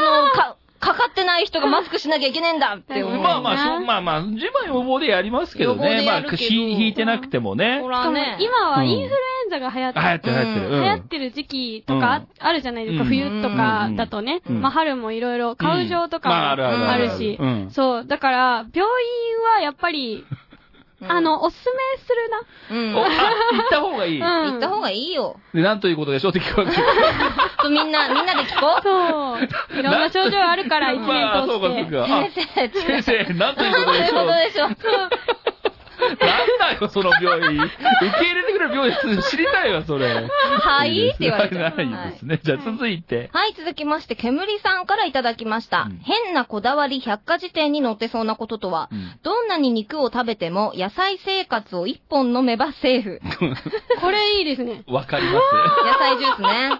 D: の、か、かかってない人がマスクしなきゃいけねえんだって思う。
C: まあまあ、そう、まあまあ、自分は予防でやりますけど
D: 予防で
C: ね。ま
D: や
C: あ、
D: るけど
C: ひ引いてなくてもね
D: ほ。
E: し
D: ら
E: かも
D: ね。
E: 今はインフルエンザが流行って
C: 流行ってる流行ってる。
D: う
E: 流行ってる時期と
C: う
E: か
C: ん
E: あるじゃないですか、
C: うん
E: 冬とかだとね、
C: うん
E: まあ春もいろいろ、花粉症とか
C: うんまあ
E: も
C: あるあ
D: るある
E: あるし
C: うん、
E: そう、だから病院はやっぱり、
D: う
E: あの、おすすめするな。
C: お
D: うん。
C: あ、行った方がいい。
E: うん。
D: 行った方がいいよ。
C: で、なんということでしょうって聞こえて。
D: そうみんな、みんなで聞こう。
E: そう。いろんな症状あるから、一
C: まあ、そうか、そ
E: 年
C: う
E: 通して。
C: か。あ
D: 先
C: 先
D: 生、
C: 生、なんということ
D: そう
C: で
D: い
C: しょ
D: うこ
C: う
D: と。でしょ。
C: なんだよ、その病院。受け入れてくれる病院知りたいわ、それ。
D: はい
C: です
D: って言われちゃう
C: ないですね。じゃあ、続いて。
D: はい、続きまして、煙さんからいただきました。
C: うん
D: 変なこだわり百科事典に載ってそうなこととは、
C: うん
D: どんなに肉を食べても野菜生活を一本飲めばセーフ。
E: これいいですね。
C: わかります。
D: 野菜ジュースね。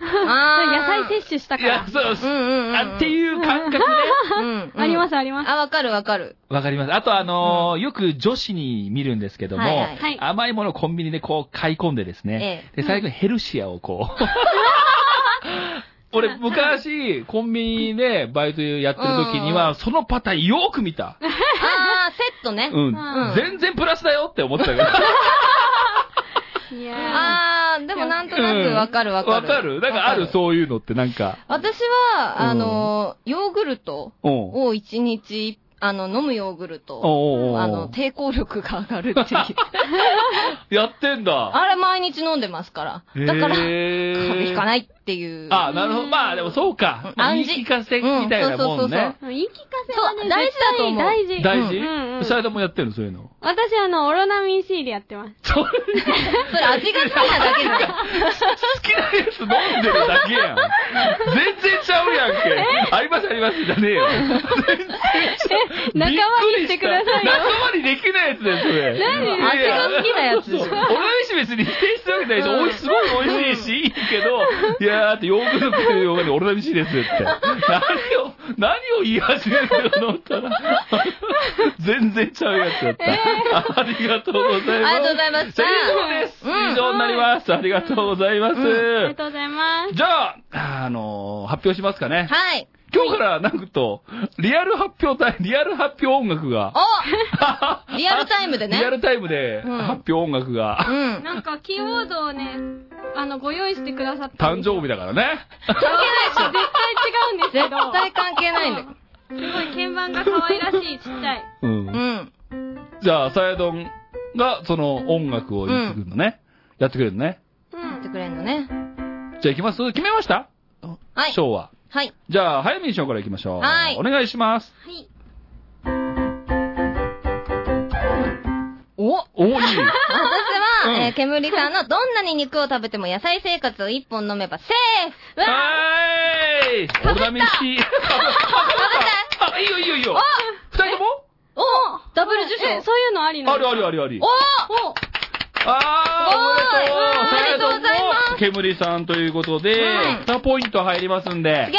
D: あー
E: 野菜摂取した
C: い
E: から
C: や、。そう、
D: うんうんうん。
C: あっていう感覚ね。
D: うんうん
E: あります、あります。
D: あ、わかるわ かる。
C: わかります。あと、あのーよく女子に見るんですけども、
D: はいはい
E: はい
C: 甘いものをコンビニでこう買い込んでですね、で、最後にヘルシアをこ う。俺、昔、コンビニでバイトやってる時に
D: うんう
C: は、そのパターンよく見た。
D: あー、セットね。
C: うん
D: ん。
C: 全然プラスだよって思ってたけど。
E: いやー
D: あー、でもなんとなくわかるわかる。
C: わかるなんかある、そういうのってなんか。
D: 私は、あの、ヨーグルト
C: うん。
D: を一日、あの、飲むヨーグル
C: お
D: ト。
C: うおうおう
D: あ の、抵抗力が上がるっていう。
C: やってんだ。
D: あれ毎日飲んでますから。だから、風邪
C: へ
D: ひ
C: ー
D: かないっていう。
C: あ、なるほど。まあ、でもそうか。
D: うん暗
C: 暗
D: 示
C: 示化せみたいなもんね。
E: 言い聞かせはね、
D: そう大事だと思う
E: 絶対大
C: 大事
E: 事。うんうん
C: サイドもやってるの、そういうの。
E: 私、あの、オロナミン C でやってます。
C: そう好
D: それ味が好きなだけじゃ
C: きな
D: ん。
C: やつ飲んでるだけ やん。全然ちゃうやんけ。ありますありますじゃねえよ。
E: 仲間にしてくださ い
C: びっくりした
E: よ。
C: 仲間にできないやつだよ、それ。
E: 何
C: いや
D: 味が好きなやつ
C: そう俺の意思別に否定してるわけないでしょ。おいすごい美味しいし、いいけ ど、いやーだってヨーグルトっていうヨーグルト俺の意思ですって。何を、何を言い始めるのと思ったら、全然ちゃうやつだった。ありがとうございます。
D: ありがとうございました
C: 以上です。
D: うん
C: 以上になります。ありがとうございます。
E: ありがとうございま す。
C: じゃあ、あのー発表しますかね。
D: はい。
C: 今日から、なんと、リアル発表隊、リアル発表音楽が、
D: おリアルタイムでね
C: リア。ルタイムで
D: うん
C: 発表音楽が、
D: うん。
E: なんか、キーボードをね、あの、ご用意してくださった。
C: 誕生日だからね。
E: 関係ないし、絶対違うんですけ
D: 絶
E: ど。
D: 対関係ないんだよ。
E: すごい、鍵盤が可愛らしい、ちっちゃい。
C: うん
D: うん。
C: じゃあ、サヤドンがその音楽を言ってくるのね。やってくれるのね。
E: う
D: やって
E: ん。
D: くれんのね。
C: じゃあ行きます決めました
D: はい
C: ショーは。
D: はい。
C: じゃあ、早見ショーから行きましょう。
D: はい
C: お願いします。
E: はい。
C: おお いい。
D: 私は、
C: うん
D: えー、煙さんのどんなに肉を食べても野菜生活を一本飲めばセーフ
C: はーいオルナミン シー。 あ、いいよいいよいいよ。二人とも
D: おダブル受
E: え、
D: 賞
E: そういうのありなの
C: あるあるあるあり
D: お。
E: お
C: あー、おめでとう
D: おーいおめでとうございます
C: サヤドンも煙さんということで
D: はい、
C: 2ポイント入りますんで
D: すげ、え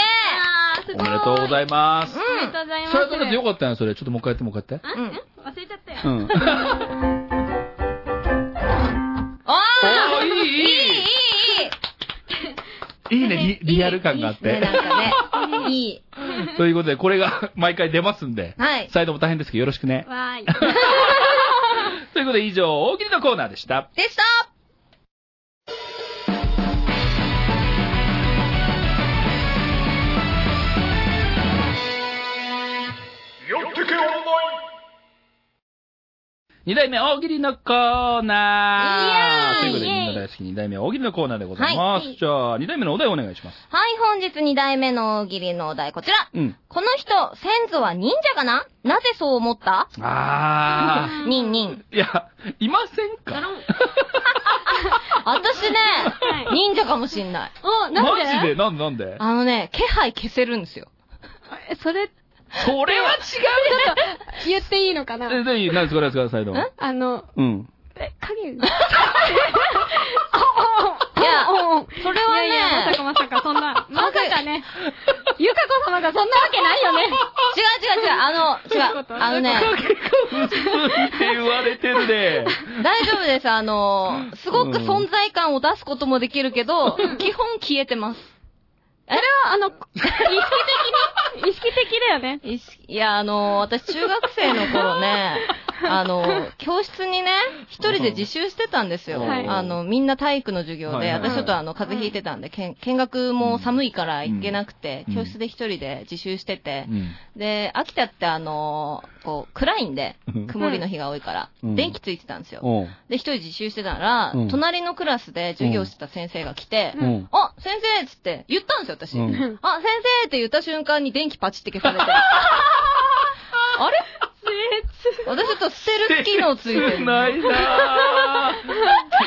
E: あー、す
C: お
E: ごい。
C: めでとうございます。
E: おめでとうございます。
C: それだってよかったね、それ。ちょっともう一回やって、もう一回やって。
D: うん。
E: 忘れちゃったよ。
C: うん。
D: おー
C: おーいいいい
D: いいいい
C: いいね、リリアル感があっ
D: いいね、
C: て。
D: なんかね。いい。
C: ということで、これが 毎回出ますんで、
D: はい。
C: サイドも大変ですけど、よろしくね。
E: わーい。
C: ということで、以上、大喜利のコーナーでした。
D: でした
A: 寄ってけオンライン
C: 二代目大喜利のコーナー
D: イ
C: というこ
D: エーイ
C: とで、みんな大好き二代目大喜利のコーナーでございます。
D: はい
C: じゃあ、二代目のお題お願いします。
D: はい、本日2代目の大喜利のお題、こちら。
C: うん。
D: この人、先祖は忍者かななぜそう思った
C: あ
D: ニンニン。
C: ー。いや、いません
E: ガ
C: か
E: ロン。
D: 私ね、
E: はい
D: 忍者かもしんない。
E: お、
C: マ
E: なんで
C: ジでなんでなんで
D: あのね、気配消せるんですよ。
E: えそれ、ち
C: それは違
E: ょっと、言っていいのか
C: うよえ、
E: な
C: で、いい何ですか、何ですか、サイド。
E: あの、
C: うん。
E: え、 影
D: いや、
E: それ
D: はね
E: いやいやまさかまさか、そん な、まさかね、ゆかこ様がそんなわけないよね。
D: 違う違う違う、あの、違
E: どういう
D: う
E: こ、と
D: あのね、
C: 影が薄いって言われてるで。
D: 大丈夫です。あの、すごく存在感を出すこともできるけど、基本消えてます。
E: あれは、あの、意識的に、意識的だよね。
D: いしいや、あの、私中学生の頃ね、あの、教室にね、一人で自習してたんですよ。
E: はい
D: あの、みんな体育の授業で、
C: はいはいはい
D: 私ちょっとあの、風邪ひいてたんで、けん見学も寒いから行けなくて、
C: うん
D: 教室で一人で自習してて、
C: うん
D: で、秋田ってあの、こう、暗いんで
C: うん、
D: 曇りの日が多いから、
C: うん
D: 電気ついてたんですよ。
C: おう
D: で、一人自習してたら、
C: うん
D: 隣のクラスで授業してた先生が来て、
E: うん
C: うん
D: あ、先生っつって言ったんですよ、私。
C: うん
D: あ、先生って言った瞬間に電気パチって消 されて。あれ私ちょっと捨てる機能ついてる。忍
C: ないなぁ。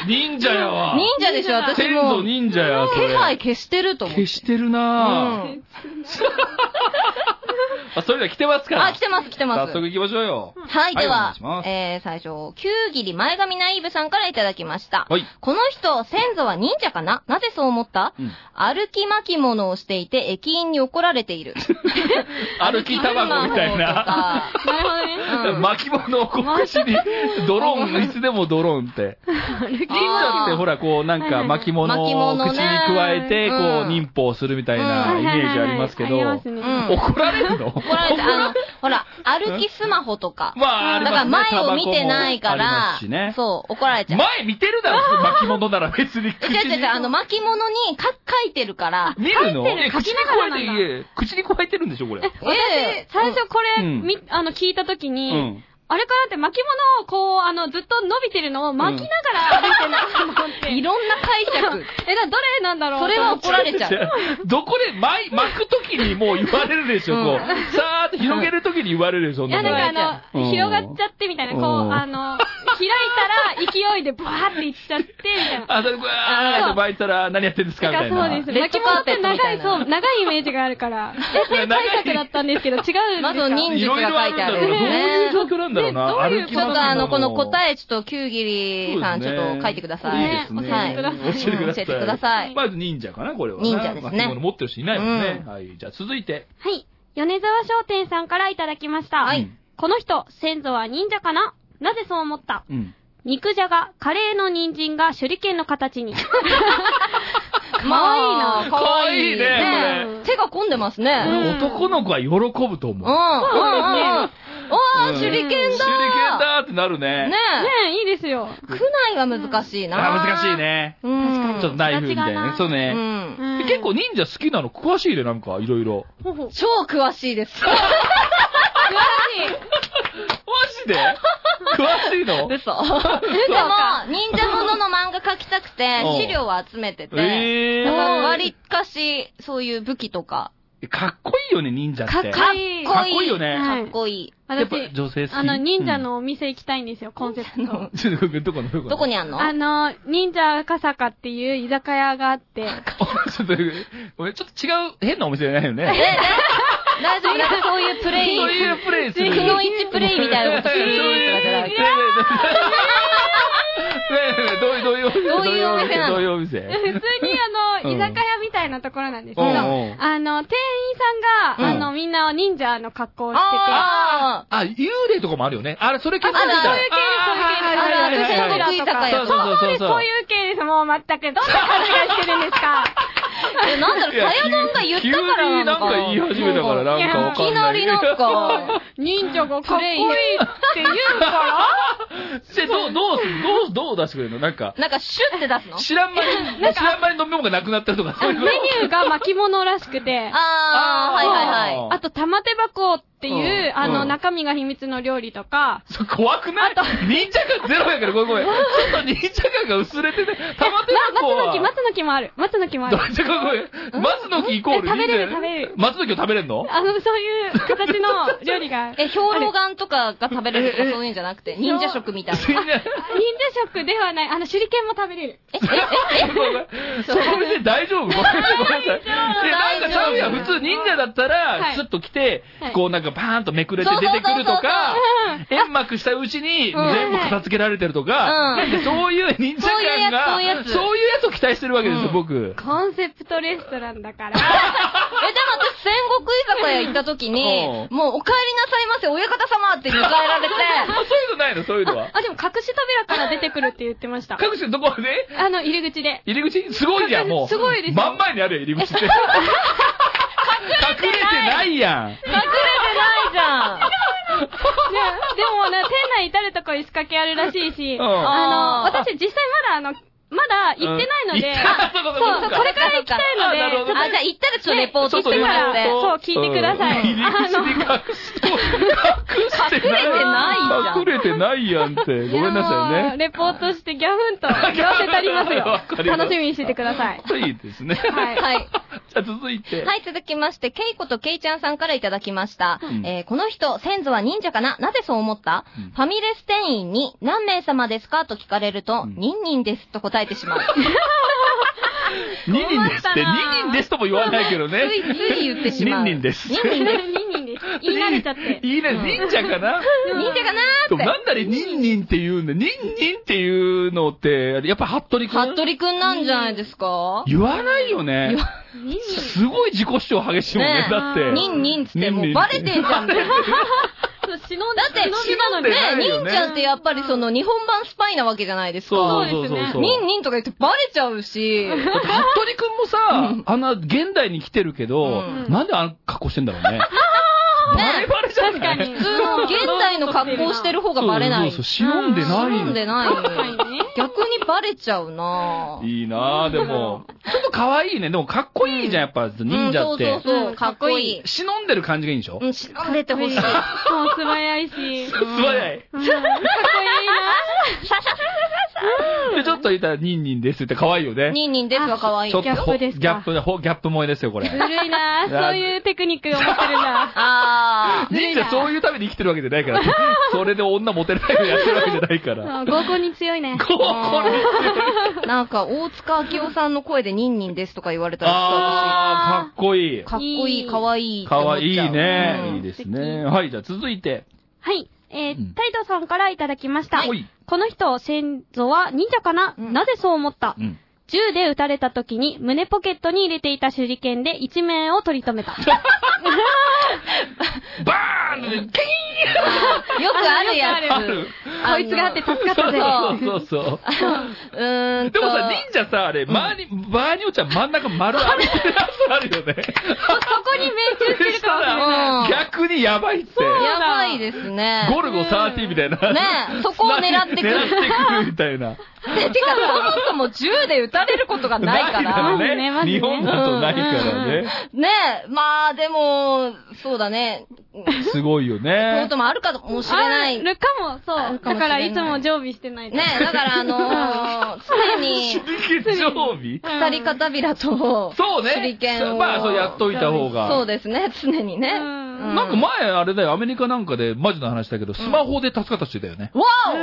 C: 忍者やわ。
D: 者でしょ、私
C: 先
D: も
C: 祖
D: う。
C: 忍者や、それ。
D: 気配消してると思う。
C: 消してるなぁ。あ、それでは来てます
D: う
C: か
D: ん
C: ら。
D: あ、来てます、来てま
C: 早
D: す。
C: 速行きましょうよ。
D: はい、
C: はい
D: で
C: お願
D: はい
C: しま、す
D: えー、最初、九切前髪ナイーブさんからいただきました。
C: はい。
D: この人、先祖は忍者かななぜそう思った、
C: うん
D: 歩き巻物をしていて駅員に怒られている。
C: 歩きタバコみたいな。
D: な。
E: なるほどね。
D: うん
C: 巻物をこう口に、ドローン、いつでもドローンって。
E: 歩き
D: あー
C: だってほら、こうなんか巻物
D: 巻物
C: を
D: ね
C: 口に加えて、こ
D: う
C: うん忍法をするみたいなイメージありますけど、
E: はいはいはいありますね
D: うん
C: 怒られるの
D: 怒られて、あの、ほら、歩きスマホとか。
C: まあ、あり
D: だから
C: ますね
D: 前を見てないか
C: タバコもありま
D: ら、
C: すしね。
D: そう、怒られちゃう。
C: 前見てるだろ、巻物なら別に口
D: 違う
C: に。
D: 違う違う、あの、巻物にか書いてるから、
C: 見るの
E: 書いてる
C: え
E: 書
C: 口
E: き
C: に
E: なが
C: 加
E: らな
C: え
E: ん
C: て
E: だ
C: いえ、口に加えてるんでしょ、これ。
D: ええ
E: 私、最初これ、
C: うん
E: み、あの、聞いたとき
C: う
E: に、
C: ん。
E: あれからって巻物をこう、あの、ずっと伸びてるのを巻きながら歩いてないと思って。
D: いろんな解 釈。
E: え、だどれなんだろう
D: それは怒られちゃう。
C: どこで巻い巻くときにもう言われるでしょ、
D: うん
C: こう。さーって広げるときに言われるでしょ、そん
E: い
C: なの
E: や、なんかあ
C: うん
E: の、広がっちゃってみたいな、こう
C: う、ん
E: あの、開いたら勢いでバーっていっちゃって、みたいな。
C: あ、それ、ぐわーって巻いたら何やってんですかみた
E: だ
C: い
E: か
C: な。
E: らそうです。
D: レッド
E: 巻物って
D: カーペットみた
E: 長
D: い
E: い、
D: な
E: そう、長いイメージがあるから。え、それ対策だったんですけど、違うんですか
D: まず忍術が書いてあるん
C: い
D: で
C: ろいろあるんだろうなどういう状
D: ね。
C: 況なんだろうな。
E: でどういう
C: 歩き
D: ち
C: 回
D: ょっとあの、この
C: え
D: 答え、ちょっと、九切さん、ちょっと書いてください。
C: いいですね。
D: はい。
C: 教えてください。
D: 教えてください
C: まず忍者かな、これはな。
D: 忍者ですね
C: 巻物持ってる人いないもんね。
D: う
C: はい。じゃあ続いて。
E: はい。米沢商店さんからいただきました。
D: はい
C: うん
E: この人、先祖は忍者かななぜそう思った
C: うん。
E: 肉じゃが、カレーの人参が手裏剣の 形に。
D: かわいいな。かわいい
C: かわいい
E: ねこれ
D: 手が込んでますね。
C: こ
D: うん。うん。うん。
C: れ男の子は喜ぶと
D: うん。
C: 思う。
D: わー、手裏剣
C: 手
D: だ
C: 裏剣だーってなるね。
D: ね
E: ねえ、いいですよ。
D: え。区内が難しいな。
C: あー、難しい。ね。
D: うん。
C: ちょっとナイフみたいなね。そう
D: う
C: ね。
D: ん。
E: うん
C: 結構、忍者好きなの詳しいで、なんか、いろいろ。
E: ほほ。
D: 超詳しいで す。
C: マジ で詳しいの
D: 嘘。でも、忍者ものの漫画描きたくて
C: うん、
D: 資料を集めてて、
C: えー
D: だから割かし、そういう武器とか、
C: かっこいいよね、忍者って。
E: かっこいい。
C: かっこいいよね。
E: は
D: か
E: い
D: っこいい。
C: やっぱ
E: 私、
C: 女性好き。
E: あの、忍者のお店行きたいんですよ、コンセプト。
C: うん。ちょっとごめんどこのどこの
D: どこにあんの
E: あの、忍者赤坂っていう居酒屋があって、
C: ちょっと、ごめんちょっと違う変なお店じゃないよ
D: え、え
C: ね。
D: 大丈夫なん かそういうプ
C: そう
D: レイ、
C: いうプレイす
D: く
C: る。
D: のいちプレイみたいな ことするとかじゃな
C: ね
D: く
C: えねえねえねえね
D: て、
C: えどういう、どういうお店
D: どういうお店なの
C: どういうお店
E: 普通にあの、
C: うん
E: 居酒屋みたいなところなんですけ
C: う
E: ど、
C: んうん
E: あの、店員さんが、
C: うん
E: あの、みんな忍者の格好をしてて、
D: あ
C: あ、幽霊とかもあるよね。あれ、それ結構
D: あるある
E: あ
D: あるある
E: はいはいはいはい
D: 戦国居酒屋
C: そう
D: とか。
C: そうそう
E: こういう系です。もう全く、どんな感じがしてるんですか
D: え、なんだろう、さやなんか言ったか
C: 急に
D: ら
C: な
D: なの
C: ん
D: か
C: か
D: な。
C: 言い始めたから、なんかわ
D: い
C: か
D: き
C: んな。
D: ないりなん か、
E: 忍者がかっこいいって言うから、
C: で、どう、どうする、どう、どう出してくれるのなんか、
D: なんかシュッて出すの
C: 知らん間に、知らん間に飲み物がなくなったとか、そういうの
E: メニューが巻物らしくて、
D: あー、はいはいはい。
E: あと、玉手箱っていう、
C: うん
E: あ
C: う
E: の、
C: ん
E: 中身が秘密の料理とか、
C: そう怖くない忍者感ゼロやから、ごめんごめん。ちょっと忍者感が薄れてて、たまて
E: ま、
C: なこ
E: 松の
C: は。
E: 木、松の木もある。松の木もある。
C: どうちょごめんごめん。松の木イコール
E: え食べれ
C: 忍者
E: る食べれる
C: 松の木を食べれるの
E: あの、そういう形の料 理がある。
D: え、兵糧丸とかが食べれるとかそういうんじゃなくて、忍者食みたいな。
E: 忍者食ではない。あの、手裏剣も食べれる。
D: え、え、え、え、
C: ごめんごめんその店大丈夫ごめんごめんなさい。で、なんかちゃうやん。普通忍者だった
E: は
C: ら、
E: い
C: スッと来て
E: はい、
C: こうなんかバーンとめくれて出てくるとか、煙幕したうちに全部片付けられてるとか、
D: うん
C: なんかそういう忍者感が、
D: そういうやつそ
C: そう
D: ういうやつ
C: いうやつを期待してるわけですよ、僕。
E: コンセプトレストランだ から。
D: え、でも私、戦国居酒屋行った時に、
C: う
D: もう、お帰りなさいませ、親方様って迎えられて、
C: あ、そういうのないのそういうの は。
E: あ、でも隠し扉から出てくるって言ってました。
C: 各種どこで
E: あの、入り口で。
C: 入り口すごいじゃん、もう。
E: すごいですよ
C: 真ん前にあるよ、入り口って。隠れてないやん。
D: 隠れてないじゃん。
E: ねでもな、店内至るとこに仕掛けあるらしいし、
C: うん
E: あの、
D: あー
E: 私実際まだあの、まだ行ってないので、
C: そう
E: そう
C: そう
E: これから行きたいの
C: あなるほ
E: で、
C: ど
E: ちょっと
D: あ、じゃあ行ったらちょっとレポートしてもらって。
E: そう、聞いてください。あの、
C: 隠して、隠してない。
D: 隠れてないじゃ
C: 隠
D: ん
C: れてないやんって。ごめんなさい
E: もう
C: ね。
E: レポートしてギャフンと言わせたりますよ
C: わか。ります
E: 楽しみにしててください。
C: いいですね。
E: はい。
D: はい。
C: じゃあ続いて。
D: はい、続きまして、ケイコとケイちゃんさんからいただきました。
C: ん
D: えーこの人、先祖は忍者かななぜそう思った、
C: うん
D: ファミレス店員に何名様ですかと聞かれると、
C: ん
D: ニンニンですと答えてしまう。
C: 2人ですって、2人ですとも言わないけどね。
D: ついつい言ってしまう。
C: ニンニンです
D: ニンニンです。
E: ニンニンです。言い慣れちゃって。
C: いいね、忍者かな
D: 忍者かな
C: でも
D: ーっ
C: なんだりニンニンって言うんだ。ニンニンっていうのって、やっぱ服部
D: て。はっ
C: 君
D: とりくんなんじゃないですか
C: 言わないよね。
E: ニンニン。
C: すごい自己主張激しいもんね
D: ね。え
C: だって。
D: ニンニンっつって
C: ニ
D: もう
C: ンニン
D: バレてんじゃん。 ね
E: そう忍んだ
D: って
E: なの
C: 忍んで
E: で。
C: ない
D: え、
C: よ
D: 忍
C: ね
D: ちゃんってやっぱりその日本版スパイなわけじゃないですか。
C: そうそうそうそう。
E: そう
D: ニンニンとか言ってバレちゃうし。
C: だって服部君もさ、あんな現代に来てるけど、
D: うん
C: なんであの格好してんだろう ね。バレ
D: ね
C: バレじゃない
E: 確かに。
D: 普通の現代の格好してる方がバレない。
C: そうそうそう忍んでないの
D: 忍んでない
E: 確かにね。
D: 逆にバレちゃうなぁ。
C: いいなぁ、でも。 ちょっと可愛いね。でもかっこいいじゃん、やっぱ忍者っ
D: うん、そう
C: て。
D: そうそう、かっこいい。
C: 忍んでる感じがいいんでしょ
D: うん、しっれてほしい。
E: もう素早いし。
C: 素早い。
E: うんかっこいいな。
C: で、ちょっと言ったら、ニンニンですって可愛いよね。
D: ニンニンですはかわいい
C: ちょ。っ
E: ギャ
C: と
E: ッ
C: ほ、
E: プ
C: ギ
E: ですか
C: ャップで、ほギャップ萌えですよ、これ。
E: ずるいな。そういうテクニックを持ってる な。
D: あー。
C: 忍者そういうために生きてるわけじゃないから。それで女モテないのやってるわけじゃない から。
E: うん合コンに強いね。
C: こう、これ。
D: なんか、大塚明夫さんの声でニンニンですとか言われたら、
C: あー、かっこいい。
D: かっこいい、かわいい。
C: かわいいね。
D: うん
C: いいですね。はい、じゃあ続いて。
E: はい。え
C: うん
E: ー、タイドさんからいただきました。
C: おい。
E: この人、先祖は忍者かな、
D: うん
E: なぜそう思った、
C: うん
E: 銃で撃たれた時に胸ポケットに入れていた手裏剣で一面を取り留 めた。
C: バーンって、
D: よくあるや
E: あ
D: つ。
E: こいつがあって助かったぜ。
D: そう
C: そうそう。
D: うー ん
C: で
D: と。
C: もさ、忍者さ、あれ、周り、場合によっちゃ真ん中丸あるあるよね。
E: そこに命中してるかもしれない。
D: うん
C: 逆にやばいって。
D: やばいですね。
C: ゴルゴ13みたいな。
D: ねえそこを狙ってくる
C: 狙ってくるみたいな。
D: でてか、そもそも銃で撃たれることが ない
E: な
D: から
E: い。
C: だろう
E: ねまずね
C: 日本だとないからね。
D: ねえ、まあでも、そうだね。うんそう
C: すごいよ
D: いう
C: ね
D: こ。ともあるかもしれない。
E: あ
D: ね
E: るかも、そう。
D: かもしれない
E: だからいつも常備してないと。
D: え、だからあのー、常に、
C: 月曜日
E: うん
D: 鎖片びらと、
C: そう
D: 手裏
C: ね。
D: 剣を
C: まあ、そうやっといた方が。
D: そうですね、常にね。
E: うん
D: う
C: なんか前、あれだよ、アメリカなんかでマジな話だけど、スマホで助かった人だよね。
D: わ
E: へ
D: お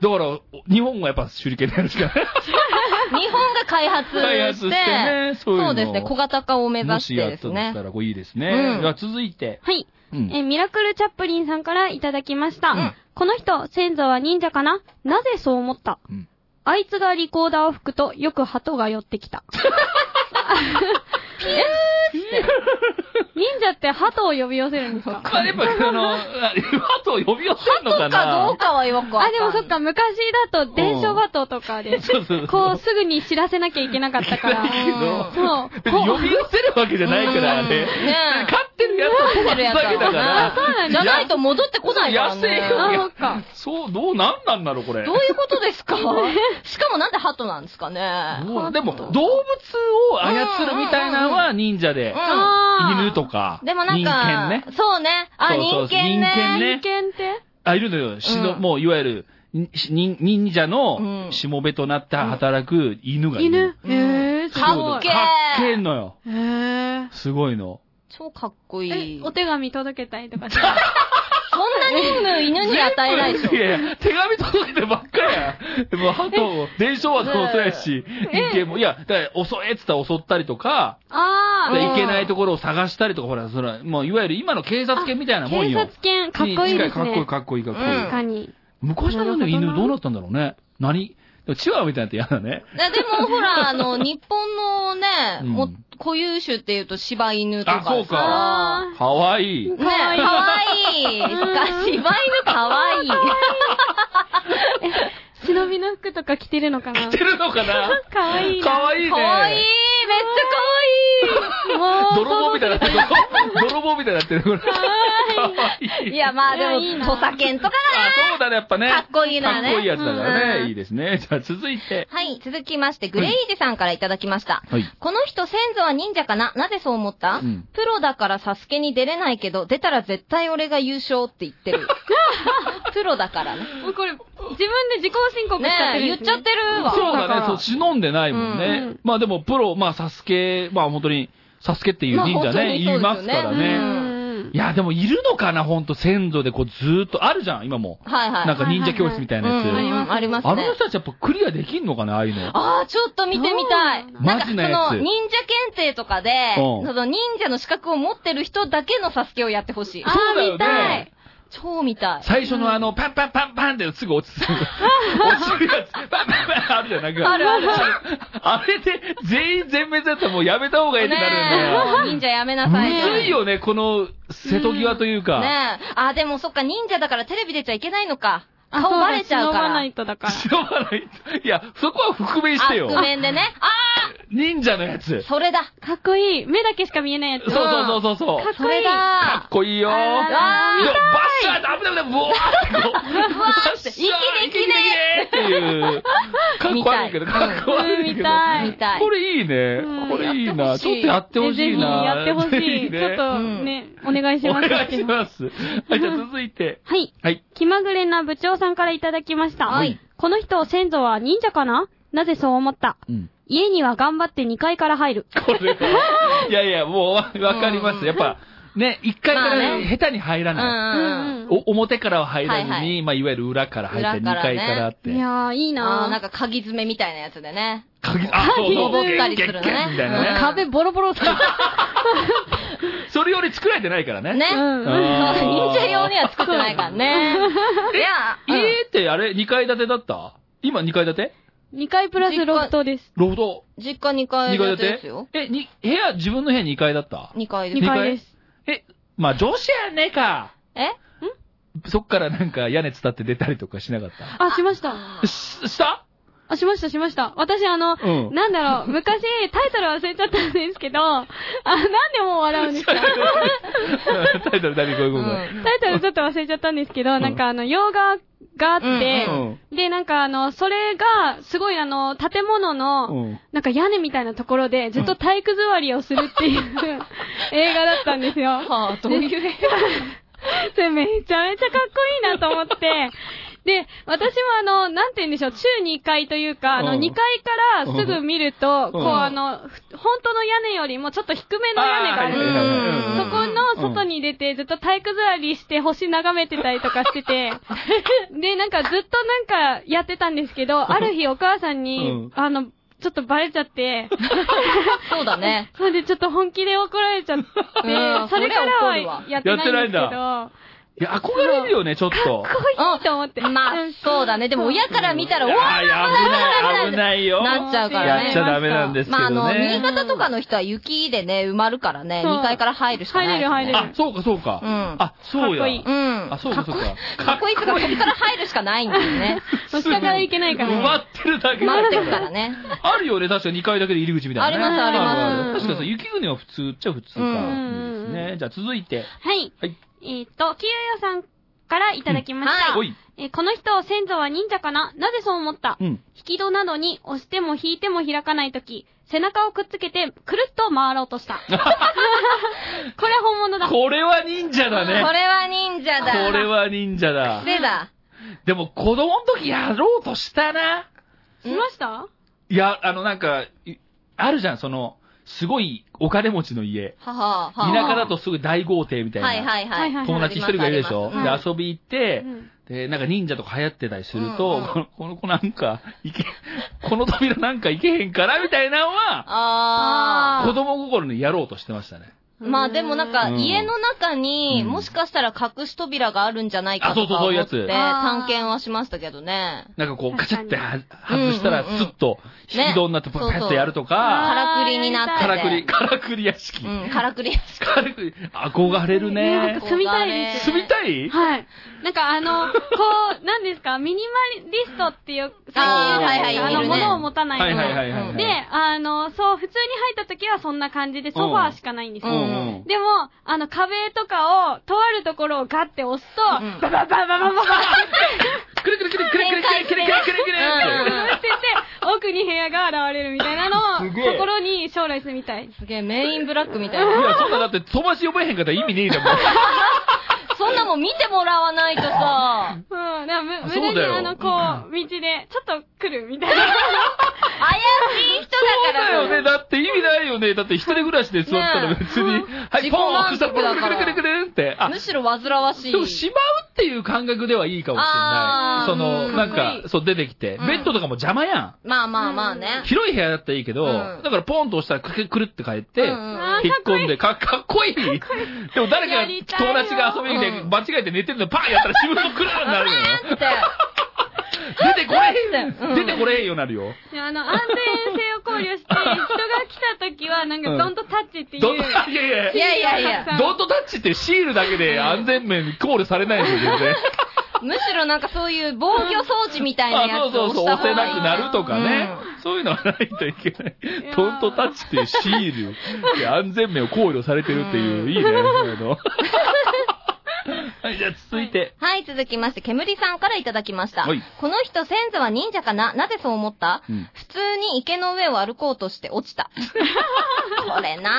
E: ー
C: だから、日本はやっぱ手裏剣でやるしかない。
D: 日本が開発
C: 開発
D: し
C: して
D: て、
C: ねそういうのを
D: そうですね、小型化を目
C: も
D: 指し
C: してや
D: で
C: っ
D: す
C: とし
D: ね
C: た。ら、これいいですね。
D: うん
C: では続いて。
E: はい。
C: うん
E: えーミラクルチャップリンさんからいただきました。
C: うん
E: この人、先祖は忍者かななぜそう思った、
C: うん
E: あいつがリコーダーを吹くとよく鳩が寄ってきた。 忍者って鳩を呼び寄せるんですか
C: まあ、やっぱ、あの、鳩を呼び寄せるのか
D: か
C: な
D: どうかはよくわか
E: あ、
D: ん
E: で
D: ない
E: もそっか、昔だと伝承鳩とかで、
C: そうそうそう。
E: こうすぐに知らせなきゃいけなかったから。
C: け
E: そう。
C: ど、別に呼び寄せるわけじゃないから、あ
D: う ん
C: れ。
D: ねえ
C: 飼ってるやつを
D: 飼ってるやつ
C: だけだから。
D: あそうなんだじゃないと戻ってこないから
C: 野生
D: ね。
E: あ
C: 表
E: そっか
C: 現。そう、どう、なんなんだろう、これ。
D: どういうことで すかしかもなんで鳩なんですかね。
C: どうでも、動物を操るみたいなのは忍者で
D: う、ん。
E: あー
C: 犬とか、
D: でもなん
C: 人
D: か、
C: 間ね。
D: そうね。
C: そ
D: あ、
C: う
D: 人
C: そう
D: 間ね。
C: 人間ね
E: 人間って
C: あ、いるのよ。しの、
D: うん
C: もう、いわゆる、に忍忍者
D: う
C: の
D: ん
C: しもべとなって働く犬がいるの。
E: 犬へぇー、すご
D: かっ
E: い
D: け。
C: かっけえ
D: ー。
C: のよ。
E: へぇー。
C: すごいの。
D: 超かっこい
E: え
D: い。
E: お手紙届けたりとかして。
D: そんな任務犬に与えないでしょ。
C: いやいや、手紙届けてばっかや。でも、鳩も、伝承はそうやし、人間も、いや、だから襲えっつったら襲ったりとか、
E: あ
C: で
E: ー。
C: いけないところを探したりとか、ほら、それもう、いわゆる今の警察犬みたいなもん
E: 警
C: よ
E: 察。犬、かっこい
C: に
E: い
C: 近
E: です
C: かっこいい、
E: ね。
C: かっこいい、かっこいい。
D: うん
E: 確かに。
C: 昔の
E: なるほど
C: 犬
E: な
C: どうなったんだろうね。何でもチワワみたいなって嫌だね。
D: いやでもほら、あの、日本のね、
C: うん
D: も固有種っていうと柴犬とかさ。
C: あそうか
E: あ
C: かわいい。
D: ね、かわいい。しか し柴犬かわいい。
E: ー。忍びの服とか着てるのかな
C: 知ってるのかな
E: かわいい
C: か
E: な。
C: わいいね。
D: かわいい。めっちゃかわいい。
E: もう、
C: 泥棒みたいになってる。泥棒みたいになってる。これ。かわいい。
D: いや、まあでも、
E: いやいいな
D: 土佐犬とか
C: あ、そうだね、やっぱね。
D: な、かっこいいの
C: か
D: は
C: っ
D: ね。
C: こいいやつだから
D: うん
C: ね。いいですね。じゃあ続いて。
D: はい、続きまして、グレイジさんからいただきました。
C: はい。
D: この人、先祖は忍者かななぜそう思った、
C: うん
D: プロだからサスケに出れないけど、出たら絶対俺が優勝って言っ てる。プロだからね。
E: もうこれ、自分で自己申告しちゃって
D: ねえ、
E: るや
D: 言っ
E: つね、
D: ちゃってるわ。
C: そうだね、そう、
D: から
C: 忍んでないもんね。
E: うん
C: まあでも、プロ、まあ、サスケ、まあ本当に、サスケっていう忍者ね、
D: まあ本当にそうですよね
C: いますからね。
E: うん
C: いや、でもいるのかな、ほんと、先祖でこう、ずーっと、あるじゃん、今も。
D: はいはい。
C: なんか忍者教室みたいなやつ。
D: うんうんうんあります
C: あ
D: ね
C: の。人たちやっぱクリアできんのかな、ああいうの。
D: ああ、ちょっと見てみたい。
E: どう
D: なんか、
C: マ
D: そ
C: ジなやつ
D: の、忍者検定とかで、
C: うん
D: その忍者の資格を持ってる人だけのサスケをやってほしい。
E: あー
C: そうだよね
D: 見たい。超見たい。
C: 最初のあの、パンパンパンパンってすぐ落ちてる。落ちるやつ。パンパンパンあるじゃん、なんか。
D: あるある。
C: あれで、全員全滅だったらもうやめた方がいいってなるんだよ。
D: ねえ忍者やめな
C: む
D: さい。
C: ずいよね、この、瀬戸際というか。
D: ねえ。あ、でもそっか、忍者だからテレビ出ちゃいけないのか。
E: あ
D: 顔
E: そうだ
D: バレちゃ
E: 忍
D: うか
E: ば
D: ら。
E: ないとだから。
C: しょうがない。いや、そこは覆面し
D: あ、
C: てよ。
D: 覆面でね。あ
C: 忍者のやつ。
D: それだ。
E: かっこいい。目だけしか見えないやつ。
C: そうそうそうそう。
E: かっこいい
D: それ
C: かっ
D: だ。
C: こいいよ。でも
E: あ
D: わあ
C: バッシャーダメダメダメ、 ブワーってこう。バッシャー
D: 息できね
C: 息できねっていう。かっこ悪いけど、
D: 見
C: か
D: たい
C: っこ悪いけど。
E: うん
D: 見たい
C: こ。れいいね
E: うん。
C: これいい
D: や
C: な。
D: って
C: ちょ
D: ほし
C: っ
D: い
C: とやって
E: ね
C: ほ
E: ぜ
C: しい
E: ひ
C: な。
E: やってほし
C: ぜ
E: い。
C: ひね
E: ちょっと
D: うん
E: ね、お願いし
C: お
E: ます。
C: 願いし ます。はい、じゃあ続いて。
E: はい。
C: はい。
E: 気まぐれな部長さんからいただきました。
D: はい
E: この人、先祖は忍者かななぜそう思った
C: うん
E: 家には頑張って2階から入る。
C: これ は。いやいや、もうわわかりま
D: うん
C: す。やっぱ、ね、一回か
D: まあ
C: ら
D: ね
C: 下手に入ら
D: うん
C: ない。
D: うんうん。
C: お表からは入らずに、
D: はいいは
C: まあ、いわゆる裏から入って、
D: 裏
C: 2
D: からね
C: 階からあって。
E: いやー、いいな
D: あ
E: ー
D: ーなんか鍵詰めみたいなやつでね。
C: 鍵、あ、そうそう、
D: 登ったり
C: ゲ
D: す
C: ッ
D: る
C: ゲ
D: の
C: ッゲ
D: ね
C: ッみたい
D: うん
C: なね。
D: 壁ボロボロする。
C: それより作られてないからね。
D: ね。
E: うん
D: そう 忍者用には作ってないからね。いや、うん
C: 家ってあれ、2階建てだった今2階建て
E: 2階プラスロフトです。
C: ロフト。
D: 実家2階
C: 2
D: 建
C: 階
D: て
C: 建
D: です
C: て
D: よ。
C: え、に、部屋、自分の部屋2階だった
D: 2階で
E: 2
D: す。
E: 階です。
C: え、まあ女子やねえか。
D: え
C: そっからなんか屋根伝って出たりとかしなかった。
E: あ、しました。
C: し、した
E: あ、しました、しました。私、あの、
C: うん
E: なんだろう、昔、タイトル忘れちゃったんですけど、あ、なんでもう笑うんですか
C: タイトル何これこれこれ。
E: タイトルちょっと忘れちゃったんですけど、なんかあの、洋画があって、
C: うん
E: で、なんかあの、それが、すごいあの、建物の、
C: うん
E: なんか屋根みたいなところで、ずっと体育座りをするっていう映画だったんですよ。
D: はあ、どういう映画
E: それめちゃめちゃかっこいいなと思って、で、私もあの、なんて言うんでしょう、週2回というか、あ
C: う
E: の、
C: ん
E: 2階からすぐ見ると、こうあの、ふ本当の屋根よりもちょっと低めの屋根があるんですよ。
D: う
E: そ
D: ん
E: この外に出て、ずっと体育座りして星眺めてたりとかしてて、で、なんかずっとなんかやってたんですけど、ある日お母さん
C: うん
E: に、あの、ちょっとバレちゃって、
D: そう だね。
E: それでちょっと本気で怒られちゃって、
D: うん
E: それから
D: それは怒るわ
E: はやってないんですけ
C: やってないん
E: ど、
C: いや、憧れるよね、ちょっと。
E: かっこいいと思って。
D: まあ、そうだね。でも、親から見たら、おわ
C: あー危ない、危ないよ。
D: なっちゃうからね
C: やっちゃダメなんですけどね。
D: まあ、あの、新潟とかの人は雪でね、埋まるからね、
E: そう
D: 2階から入るしかない、ね。
E: 入れる入れる
C: あ、そうか、そうか。
D: うん
C: あ、そうや。
E: かっこいい
D: うん。
C: あ、そうか、そうか。
D: かっこいいとか、そこから入るしかないんだ よね。
E: そう下から行けないからね
C: 埋まってるだけ
D: 埋ま
C: だ
D: ってるから。ね。
C: あるよね、確か2階だけで入り口みたいなね。
D: ありますあります
C: るる確かにそう、雪国は普通っちゃ普通か。
D: うん
C: いいですね。じゃあ続いて。
E: はい。
C: はい。
E: えーっと、きよよさんからいただきまし
D: うん
E: た。
C: おい。
E: えーこの人、先祖は忍者かななぜそう思った、
C: うん。
E: 引き戸などに押しても引いても開かないとき、背中をくっつけて、くるっと回ろう とした。これは本 物だ。
C: これは忍者だ
D: こ
C: ね。
D: れは忍者
C: こ
D: だ。
C: れは忍者だ。
D: 癖だ。
C: でも、子供の時やろうとしたな。
E: しました
C: いや、あの、なんか、いあるじゃん、その、すごいお金持ちの家。
D: はは
C: 田
D: は
C: 舎だとすぐ大豪邸みたいな。
D: はいはい
E: は
D: はい。
E: はいい
C: 友達一人がいるでしょ、
D: あります
C: で、遊び行って、
E: うん
C: で、なんか忍者とか流行ってたりすると、
D: うんうん
C: このこの子なんか、いけ、この扉なんかいけへんからみたいなのは、
D: あ
E: あ
C: 子供心にやろうとしてましたね。
E: ー
D: まあでもなんか、
C: うん
D: 家の中に、
C: うん
D: もしかしたら隠し扉があるんじゃない
C: あ
D: か
C: そう
D: と
C: そう
D: か思って、
C: そういうやつ
D: 探検はしましたけどね。
C: なんかこう、カチャっては
D: うんうんうん
C: 外したら、スッと、引き戸になって、パ
D: ね
C: カッとやるとか、
D: からくりになってて。
C: からくり、からくり屋敷。
D: うん、からくり屋敷。
C: からくり、憧れる
E: ね
C: ね。
E: 住みたいです
C: 住みたい
E: はい。なんかあの、こう、なんですか、ミニマリストっていう、
D: あー
E: 最近
D: はいはい
E: あ
D: いる
E: の、
D: ね
E: 物を持たない
C: はい
E: の
C: はいはいはい。
D: うん
E: で、あの、そう、普通に入った時はそんな感じで、ソファーしかないんです
C: う
E: よ。
C: んうん。
E: でも、あの、壁とかを、とあるところをガッて押すと、
D: うん
E: ババババババババ
C: くるくるくるくるくるくるくるくるくるくる
D: うんうん
E: って言って、奥に部屋が現れるみたいなの を、
C: すげえ
E: ところに将来住みたい。
D: すげえ、メインブラックみたい
C: い
D: な。
C: や、そんなだって、飛ばし呼べへんかったら意味ねえじゃん、もう。
D: そんなもん見てもらわないとさ、
E: うん、だからむ
C: あ
E: 無駄
C: そうだ
E: に
C: よ
E: あの、こう、道で、ちょっと来るみたいな。
D: 怪しい人だ
C: だ
D: から。
C: よね。だって意味ないよね。だって一人暮らしで座ったら別に、はい、
D: 自己
C: ポン
D: 満
C: 押
D: 足
C: した
D: だ
C: らく
D: から
C: るくるくるくるって。あ
D: む、しろ煩わしい。
C: でもしまうっていう感覚ではいいかもしれな
D: あ
C: い。
D: ー
C: その、
D: うん
C: なん
D: かっこい
C: か、そう出てきて。
D: うん
C: ベッドとかも邪魔や
D: まあまあまあね
C: ん。。広い部屋だったらいいけど、
D: うん
C: だからポンと押したらくるくるって帰っ
D: う
C: て、
D: んうん
E: あー
C: 引っ込んで、かかっこいい。でも誰
E: や
C: か
E: りたいよ
C: 友達が遊びに来て、
D: うん
C: 間違えて寝てるのパーンやったら自分のクラーにな るのよ。
D: って。
C: 出てこれへん、
D: うん
C: 出てこれへんようになるよ。
E: であの、安全性を考慮して、人が来た時は、なんか、
C: うん
E: ドンとタッチっていう。
C: ど んどん、いやいや
D: いやいやいや。
E: さん
C: ドントタッチってシールだけで安全面コールされないんですよ、全然。
D: むしろなんかそういう防御装置みたいな
C: あ
D: や
C: そう
D: つを
C: そう
D: 押
C: そう、
D: した
C: 押
D: 方がい
C: せな
D: い。
C: くなるとかね
D: うん。
C: そういうのはないといけない
E: や。ー
C: トントタッチっていうシール。いや安全面を考慮されてるっていうう、
D: ん
C: いいね、そう いうの。はい、じゃあ続いて。
D: はい、続きまして、煙さんからいただきました。
C: はい
D: この人、先祖は忍者かななぜそう思った、
C: うん
D: 普通に池の上を歩こうとして落 ちた。これな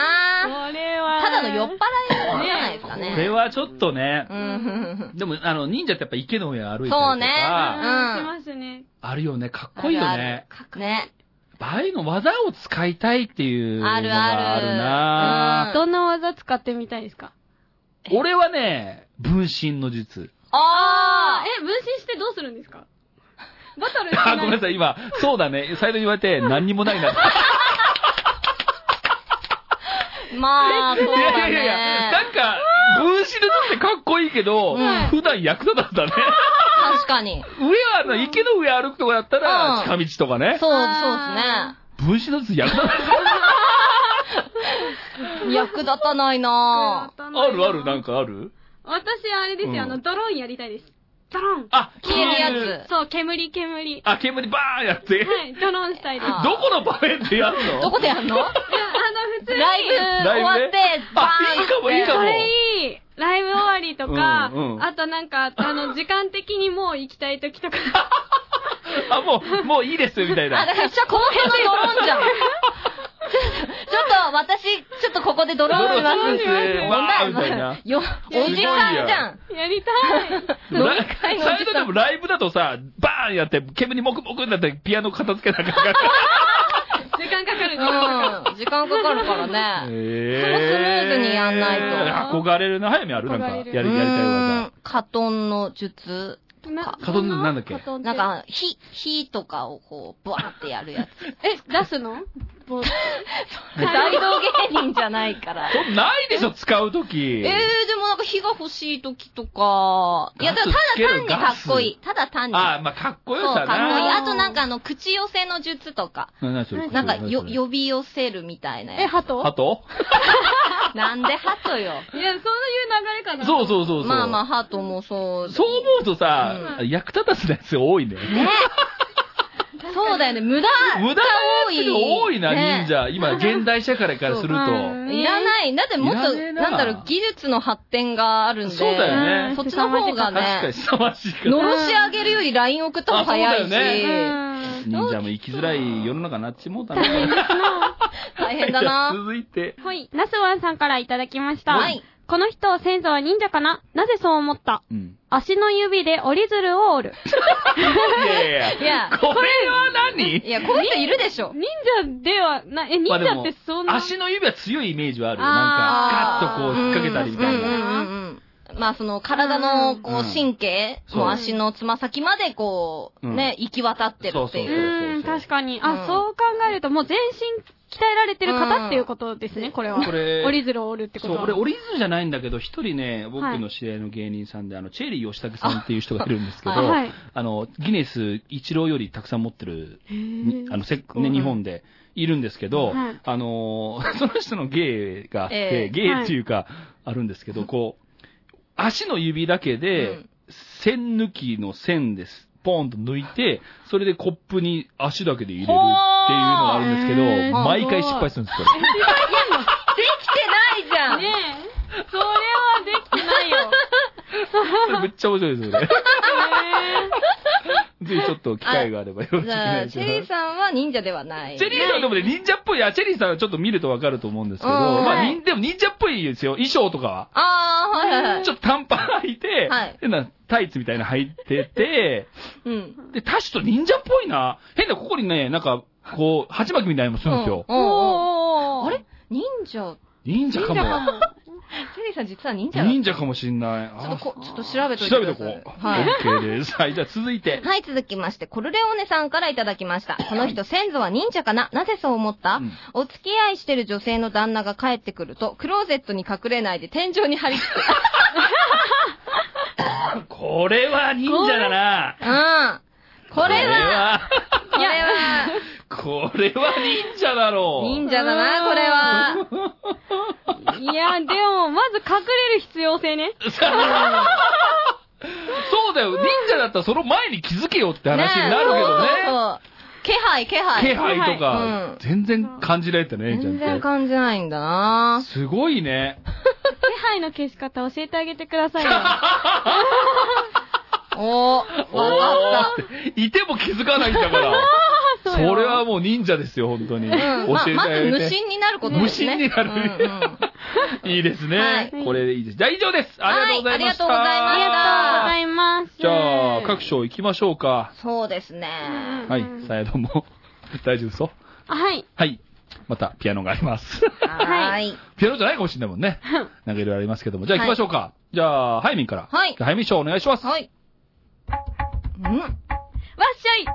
D: ぁ。
E: これは。
D: ただの酔っ払いじゃないですか
C: こ
D: ね。
C: れはちょっとね
D: う、ん。
C: でも、あの、忍者ってやっぱ池の上歩いてると
D: そうね
E: うん
C: か、
E: しますね。
C: あるよね、かっこいいよね。
D: ある。ね。
C: ああいうの技を使いたいっていうのが
D: あ
C: あ
D: る
C: る
D: ある。
C: な
D: うん
E: どんな技使ってみたいですか
C: 俺はね、分身の術。
D: あー
E: え、分身してどうするんですかバトルして。
C: あ、ごめんないさい、今、そうだね、最初言われて何にもないなって。
D: まあ、そう
C: い
D: だ
C: やいやいや、
D: ね。
C: なんか、分身でだってかっこいいけど、
D: うん
C: 普段役立たずだね。
D: 確かに。
C: 上は、あの、池の上歩くとかだったら、
D: う
C: 近道とかね。
D: そう、
E: あ
D: そ
C: 分身の術役立たない。
D: うですね。役立たないなぁ。
C: あるある、なん
E: か。
C: かある
E: 私、あれです
C: うん
E: よ、あの、ドローンやりたいです。ドローン。
C: あ、
D: 消えるやつ。
E: そう、煙、煙。
C: あ、煙バーンやって。
E: はい、ドローンしたいです。いや
D: あ
E: あ
D: ー
E: の、
C: どこの場面でやんの
D: どこでやんのライ
E: 普
D: ブ
E: 通に。
D: 終わっ
C: ライ、ブ
D: て
C: ね
D: バー
C: あ
D: ン
C: いいかもいいか
E: そ
C: も
E: れいい。ライブ終わりとか、
C: うんうん
E: あとなんか、あの、時間的にもう行きたい時 とか。
C: あ、もう、もういいですよ、みたい
D: あ、
C: な
D: だ。から、じゃあ、この辺のドローン じゃん。ちょっと、私、ちょっとここでドローンします。
C: ドローンしますわーみたいな
D: よ、おじさんじゃん。
E: やりたい。
C: でも
D: 飲み会の時間
C: 最初でもライブだとさ、バーンやって、煙もくもくになって、ピアノ片付けなきゃいけない。
E: 時間かかる時間かかる。
D: うん、時間かかるからね。
C: え
D: そこスムーズにやんない
E: と
C: 憧れるな、早めあるなんか、や
E: 憧れ
C: り、
E: る
C: やりたい技。
D: カトンの術。
E: な
C: カトンってなんだっけ
E: カトンって
D: なんか、火、火とかをこう、ブワーってやるやつ。
E: え、出すのもう
D: 大道芸人じゃないから。
C: そんないでしょ、使うとき。
D: ええー、でもなんか火が欲しい時とか、いや、
C: ガ
D: た
C: ス
D: だ
C: つける
D: 単にかっこいい。ただ単に。
C: ああ、まあ、かっこ
D: そう、
C: よさ
D: かっこいい。
C: な。
D: あとなんかあの、口寄せの術とか。
C: なんそれ
D: なんか、よ、、
C: よ、
D: 呼び寄せるみたいな
E: え、
D: や
E: ハト
C: あと
D: つ。なんで鳩
E: い
D: よ。
E: や、そういう流れかな。
C: そうそうそうそう。
D: まあまあ、鳩もそう。
C: そう思うとさ、
E: うん
C: 役立たずなやつが多いね。
D: ね。そうだよね、無駄が
C: 無駄な
D: 多
C: や
D: い。
C: つが多いな、
D: ね
C: 忍。者。今、現代社会からすると。
E: うん
D: いらない。だってもっと、
C: いらねえ
D: なん
C: な
D: だろう、技術の発展があるんで。
C: そうだよね
D: そっちの方が
C: 確かに、
D: ね、
C: 凄まじいから
D: の。ろし上げるより LINE 送った方が早いし、
C: あそうだよ
E: うん。
C: 忍者も生きづらい世の中になっちもうたな。
D: 大 変 だ
C: じゃあ
D: な。
C: 続いて。
E: はい。ナスワンさんからいただきました。
D: はい。
E: この人、先祖は忍者かななぜそう思った
C: うん。
E: 足の指で折り鶴を 折る。
C: いやいやい
D: いや
C: や。これは何
D: いや、こういう人いるでしょ。
E: 忍者ではな、え、忍
C: まあで
E: 者
C: も
E: ってそんな。
C: 足の指は強いイメージはある。
E: あー
C: なんか、ガッとこう
D: う
C: 引っ掛けたりみたい
D: うんうん
C: な。
D: うんうんまあその体のこ
C: う
D: うん神経、
C: そう
D: もう足のつま先までこう、
C: うん
D: ね、行き渡ってるって
C: そう
E: う
D: いう。
E: ーん、確かに。
D: う
E: あ、
D: ん
E: そう考えると、もう全身鍛えられてる方っていうことですね、これは。
C: これ
E: 折り鶴を折るってこ
C: そ
E: と
C: う、
E: は。
C: 俺、折り鶴じゃないんだけど、一人ね、僕
E: はい
C: の知り合いの芸人さんで、あの、チェリー吉武さんっていう人がいるんですけど、
D: あ
E: はい
C: あの、ギネス一郎よりたくさん持ってる、
E: へー
C: あの、せね、日本でいるんですけど、
E: はい
C: あの ー、その人の芸があって、
D: ええ
C: 芸っていうか、あるんですけど、こう、足の指だけで、
D: うん
C: 線抜きの線です。ポンと抜いて、それでコップに足だけで入れるっていうのがあるんですけど、
E: ほー
C: 毎回失敗するんですよ。
D: できてないじ ゃん、
E: ねえ。それはできてないよ。
C: それめっちゃ面白いです よね。ぜひちょっと機会があればよろしく
D: じ
C: お
D: ゃ
C: 願
D: あ、
C: いし
D: チ
C: ま
D: ェ
C: す。
D: リーさんは忍者ではない。
C: チェリーさんでもね、忍者っぽい、あ、チェリーさんはちょっと見るとわかると思うんですけど、
D: うん
C: まあ、
D: はい
C: 忍でも忍者っぽいですよ、衣装とかは。
D: ああ、はいはいはい。
C: ちょっと短パン履いて、
D: はい
C: 変なタイツみたいなの履いてて、
D: うん。
C: で、タシと忍者っぽいな。変な、ここにね、なんか、こう、鉢巻きみたいなのもするんですよ。
D: うんうんうん
E: お
D: あれ忍者、
C: 忍者かも。
D: チェリーさん実は忍者だ
C: 忍者かもしんない。
D: ちょっ
C: あ
D: とこ、ちょっと調べといて
C: 調べ
D: くだ
C: と
D: さ
C: こ
D: い。
C: う。
D: はい。
C: OK です。はい、じゃあ続いて。
D: はい、続きまして、コルレオーネさんからいただきました。この人、先祖は忍者かななぜそう思った、
C: うん
D: お付き合いしてる女性の旦那が帰ってくると、クローゼットに隠れないで天井に張り付 く。
C: これは忍者だな。
D: うん。これは、こ
E: い
D: れ
E: や、
D: は、
C: これは忍者だろう。
D: 忍者だな、これは。
E: いや、でも、まず隠れる必要性ね。
C: そうだよ。忍者だったらその前に気づけよって話になるけどね。
D: えそう気配、気配。
C: 気配と
D: う
C: か
D: ん、
C: 全然感じられてね、
D: 全
C: 忍者
D: 然
C: って。
D: 感じないんだな
C: すごいね。
E: 気配の消し方教えてあげてくださいよ。
D: おー、わかっ
C: ーいても気づかないんだ から。それはもう忍者ですよ、本当に。教
D: た。うん。ま
C: えて
D: ま
C: あ
D: ず
C: げ
D: 無
C: て。
D: 心になることですね。
C: 無心になる
D: うんうん
C: いいです
D: は
C: ね
D: い。
C: これでいいです。じゃあ以上です。ありがとうございました。
D: はいありがとうございました
E: ございます。
C: じゃあ、各賞行きましょうか。
D: そうですね。
E: うん
C: はい、さやども。 大丈夫そう
E: あはい。
C: はい。また、ピアノがあります。
D: はーい。
C: ピアノじゃないかもしれないもんね。なんかいろいろありますけども。じゃあ行きましょうか。じゃあ、ハイミンから。
D: はい
C: じゃあハイミン賞お願いします。
D: はい。うん
E: わっしゃい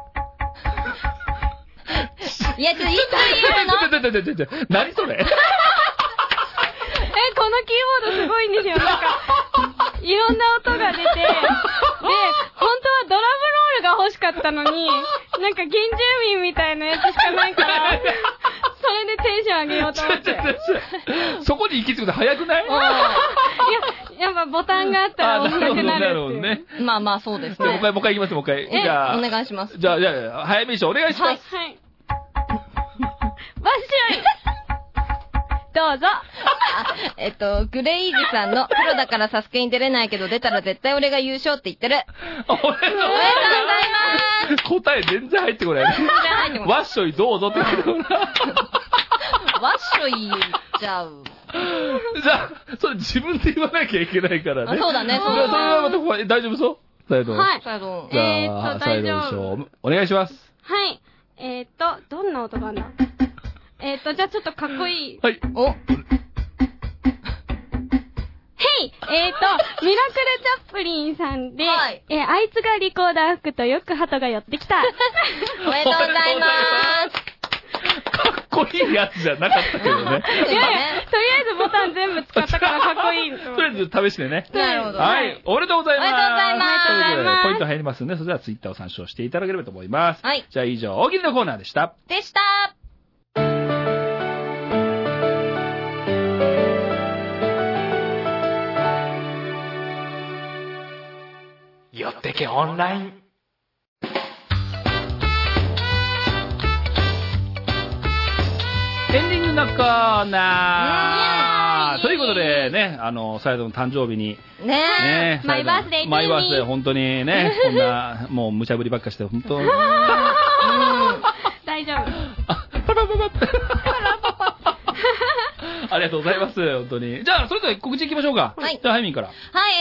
D: いや、ちょっといいと言うの。
C: ちょちょちょちょちょちょ何それ
E: え、このキーボードすごいんですよ。なんか、いろんな音が出て、で、本当はドラムロールが欲しかったのに、なんか原住民みたいなやつしかないから、それでテンション上げようと
C: ちょ
E: 思っ
C: ち
E: て。
C: ょちょそこに行き着くの早くない
E: いや、やっぱボタンがあったら
C: あ
E: 押したくな
C: な
E: る
C: るほど
E: っていう。
C: ね。
D: まあまあ、そうです
C: じゃあもう一回、
D: ね。
C: もう一回行きます、もう一回。
D: え
C: じゃあ、
D: お願いします。
C: じゃあ、じゃあ、早めに賞お願いします。
E: はい。わっしゃいどうぞ
D: えっと、グレイージさんの、プロだからサスケに出れないけど出たら絶対俺が優勝って言ってる。
C: おめでとうござい
D: おめでとうございます
C: ます。答え全然入ってこない。
D: 入ってこない
C: わっしょいどうぞって言ってるから。
D: わっしょい言っちゃう。
C: じゃあ、それ自分で言わなきゃいけないからね。
D: あそうだね
C: そ
D: そう
C: れ
D: だね
C: はそれはまた怖い大丈夫そうサイド。
E: はい。
D: さど
C: じ
E: え
C: ゃ
E: ー
C: あ、
E: っと
C: サイド
E: 大丈夫
C: ショーお願いします。
E: はい。えー、っと、どんな音があるのえー、っと、じゃあちょっとかっこいい。
C: はい。
D: お、
E: ヘイえー、と、ミラクル・チャップリンさんで、
D: はい
E: えーあいつがリコーダー吹くとよく鳩が寄ってき た。
D: おめでとうございます。
C: かっこいいやつじゃなかったけどね。
E: いやいや、とりあえずボタン全部使ったからかっこいいと思っ
C: とり
E: て。
C: あえず試してね。
D: なるほど。
C: はい。おめでとうございます。
D: おめでとうございます
C: ということ
E: おめでとうございま
C: で、
E: す
C: ポイント入りますんで、それではツイッターを参照していただければと思います。
D: はい
C: じゃあ以上、大喜利のコーナーでした。
D: でした。
A: 寄ってけオンライン
C: エンディングのコーナ
D: イエーイ
C: ーということでね、あの、サイドの誕生日に、
D: ねえ。
C: ね、
E: マイバースデー
C: マイバース
E: to
C: デ
E: me
C: ー、本当にね、こんな、もう無茶ぶりばっかして、本当
E: 大丈夫。
C: あパパパパって。ありがとうございます、本当に。じゃあ、それでは告知いきましょうか。
D: はい
C: じゃあ、ハイミンから。
D: はい、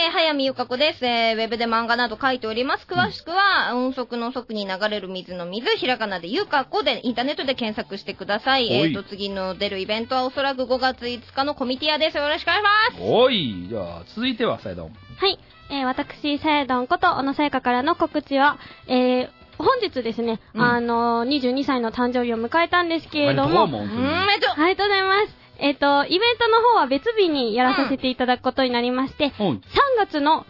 D: えー、早見ゆか子です。えー、ウェブで漫画など書いております。詳しくは、音速の速に流れる水の水、ひらがなでゆか子で、インターネットで検索してください。
C: お
D: え
C: い
D: ー、と、次の出るイベントはおそらく5月5日のコミティアです。よろしくお願いします。
C: おい、じゃあ、続いては、サイドン。
E: はい。えー私、さやどんこと、小野さやかからの告知は、えー本日ですね、
D: うん
E: あのー、22歳の誕生日を迎えたんですけれど
C: ありがとう
E: も、
C: もう
D: う
C: 本当に
D: ーん、えっと、
E: ありがとうございます。えっ、と、イベントの方は別日にやらさせていただくことになりまして、
C: おい、
E: 3月の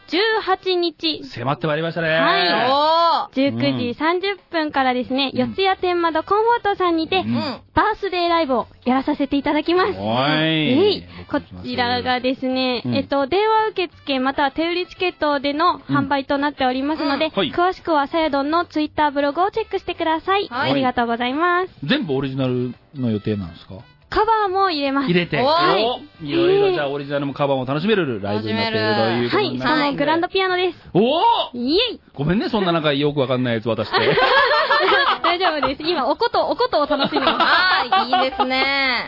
E: 18日、
C: 迫ってまいりましたね。
E: は
D: おー。
E: 19時30分からですね、
C: うん
E: 四谷天窓コンフォートさんにて、
C: うん
D: うん。
E: バースデーライブをやらさせていただきます。
C: おい
E: えいこちらがですね、
C: うん
E: えっと、電話受付または手売りチケットでの販売となっておりますので、
C: うんはい
E: 詳しくはさやどんのツイッターブログをチェックしてください。
D: はい
E: ありがとうございます。
C: 全部オリジナルの予定なんですか
E: カバーも入れます。
C: 入れて。
D: おー
C: おいろいろじゃあ、オリジナルもカバーも楽しめるライブになっているということ
E: は
C: に
E: い、し
C: な
E: か
C: ります
E: もグランドピアノです。
C: おお
E: イエイ
C: ごめんね、そんな中よくわかんないやつ渡して。
E: 大丈夫です。今、おこと、おことを楽しみに。は
D: あー、いいですね。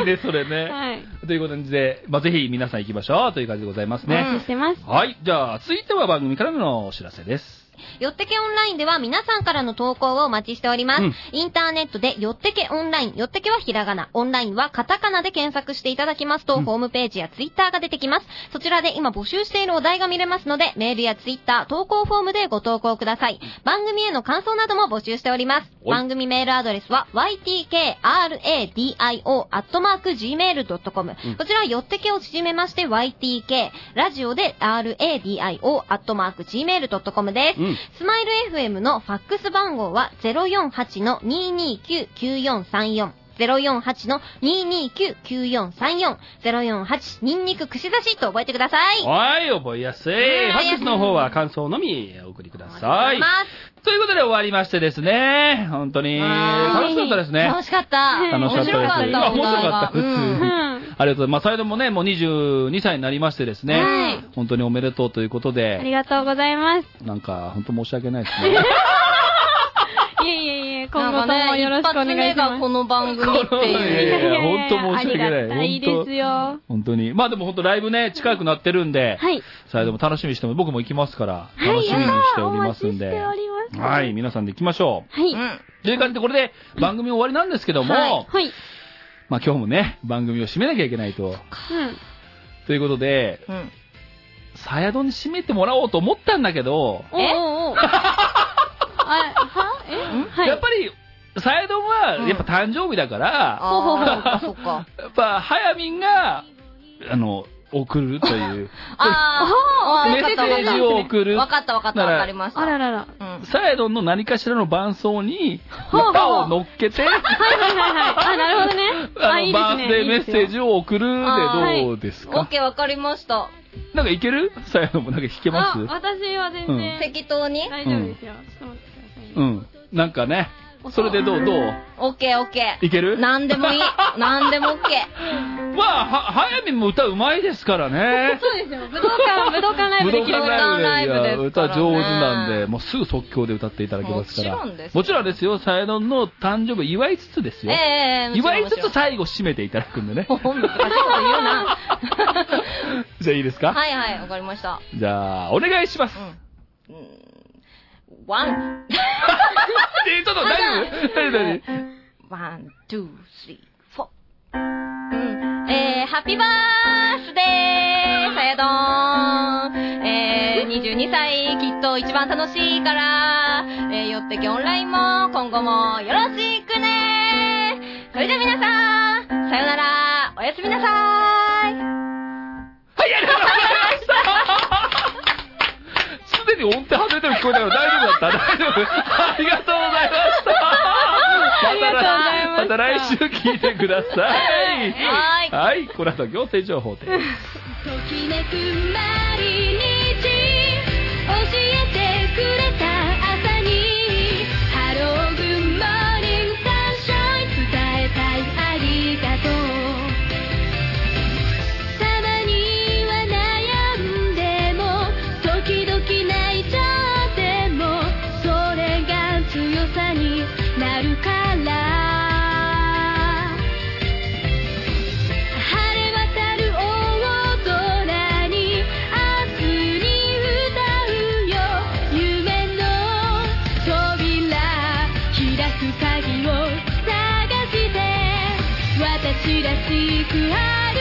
C: いいね、それね。
E: い。
C: ということで、まあ、ぜひ皆さん行きましょうという感じでございます
E: お
C: ね。
E: 待ちしてます。
C: はい。じゃあ、続いては番組からのお知らせです。
D: よってけオンラインでは皆さんからの投稿をお待ちしております。
C: うん
D: インターネットでよってけオンライン、よってけはひらがな、オンラインはカタカナで検索していただきますと、
C: うん
D: ホームページやツイッターが出てきます。そちらで今募集しているお題が見れますので、メールやツイッター、投稿フォームでご投稿ください。番組への感想なども募集しております。
C: おい
D: 番組メールアドレスは ytkradio.gmail.com、
C: うん
D: こちら、よってけを縮めまして、ytk、ラジオで radio.gmail.com です。
C: うん。
D: スマイル FM のファックス番号は048-229-9434。048-229-9434。048、ニンニク串刺しと覚えてください。
C: はい、覚えやすい。
D: ん
C: ファックスの方は感想のみお送りくださ
D: お願
C: い
D: いし。ま
C: ということで終わりましてですね、本当に
D: あー
C: 楽しかったです
D: す
C: ね。
D: 楽しかった。
E: 楽しかった
D: 面白か
E: です
D: った。お題
C: 面白かった
D: がう
E: う
D: ん
C: 普ありがとうご
E: ん。
C: ざいます。まあ、サイドもね、もう22歳になりましてですね、
D: はい
C: 本当におめでとうということ
E: あ
C: で
E: り、がとうございます。
C: なんか、本当申し訳ないですね。
E: いえいえいえ、
D: な
E: 今後
D: んか
E: とも
D: ね、
E: よろしくお
D: 一
E: 願
D: 発目
E: いしま
D: が
E: す
D: こ。の番組って
C: い
D: いう。。
C: やいや
E: いやいや
C: 本当申し訳ない
E: ありがたいですよ。
C: 本当に。まあでも本当ライブね、近くなってるんで、
E: はい。
C: サイドも楽しみにしても、僕も行きますから、
E: は
C: 楽
E: い
C: しみにしておりますんで。
E: お待ちしております。
C: はい、皆さんで行きましょ
E: はいう
D: ん。
C: う。という感じで、これで番組終わりなんですけども、
D: はい
E: はい。
C: まあ今日もね、番組を締めなきゃいけないと。
E: うん。
C: ということで、
D: うん。
C: サヤドンに締めてもらおうと思ったんだけど、
E: おおおあ、はえはい。
C: やっぱり、サヤドン
D: う
C: は、
D: ん
C: やっぱ誕生日だから、
D: ああ、そっかそっか。
C: やっぱ、早見が、あの、送ると いう。
D: ああ、
C: メ
D: わか
C: ッ
D: ったわ
C: セージを送る。
D: かった。わかったわかった。わかりました。
E: あららら。
D: うん。
C: サヤドンの何かしらの伴奏に、
E: うほう
C: 歌を乗っけて、
E: はいはいはいはい。あ、なるほどね。 あ、
C: あの、
E: いいで
C: バ
E: す
C: ー
E: ね。
C: スデーメッセー
E: いいです
C: ジ
E: よ。
C: を送るでどうです
D: オッ
C: か
D: ケー、わかりました。
C: なんかいけるサヤドンもなんか弾け
E: あ
C: ま、す
E: 私は全
C: うん
E: 然
D: 適当に
E: 大丈夫ですよ。ちょっと待ってくださいね。
C: うん。なんかね、それでどうどう
D: オッケー、オッケ
C: いけ
D: ー。
C: る
D: なんでもいい。なんでもオッケ
C: まあ、は、早見も歌うまいですからね。
E: そうですよ。武道館、武道館ライブでき
D: る
E: るから。
C: いや
D: 武道
C: 歌
D: 館ライブですからね
C: 上手なんで、もうすぐ即興で歌っていただけますから。
D: もちろんですよ
C: もちろんですよ。サヤドンの誕生日祝いつつです
D: ー。
C: よ。
D: ええ、
C: 祝いつつ
D: さ、
C: 最後締めていただくんでね。
D: ほんと、難しいこと言うな。
C: じゃあいいですか
D: はいはい、わかりました。
C: じゃあ、お願いします。
D: うん。うんワン、
C: え、ちょっと大丈夫何何
D: ワン、ツー、スリー、フォー。うんえー、ハッピーバースデーさやどーんえー、22歳、きっと一番楽しいから、えー、よってけオンラインも、今後もよろしくねそれじゃ皆さん、さよなら、おやすみなさー
C: はい、
D: い
C: ありがとうございましたすでに音程外れても聞こえたから大丈夫だった。大丈夫。ありがとうございました。また来、また来週聞いてください。
D: は
C: は
D: い
C: い、この後行政情報で。
B: ときめく毎日教えてくれた朝にハローグッモーニングサンシャイン伝えたいありがとうたまには悩んでも時々泣いちゃってもそれが強さになるから晴れらしくある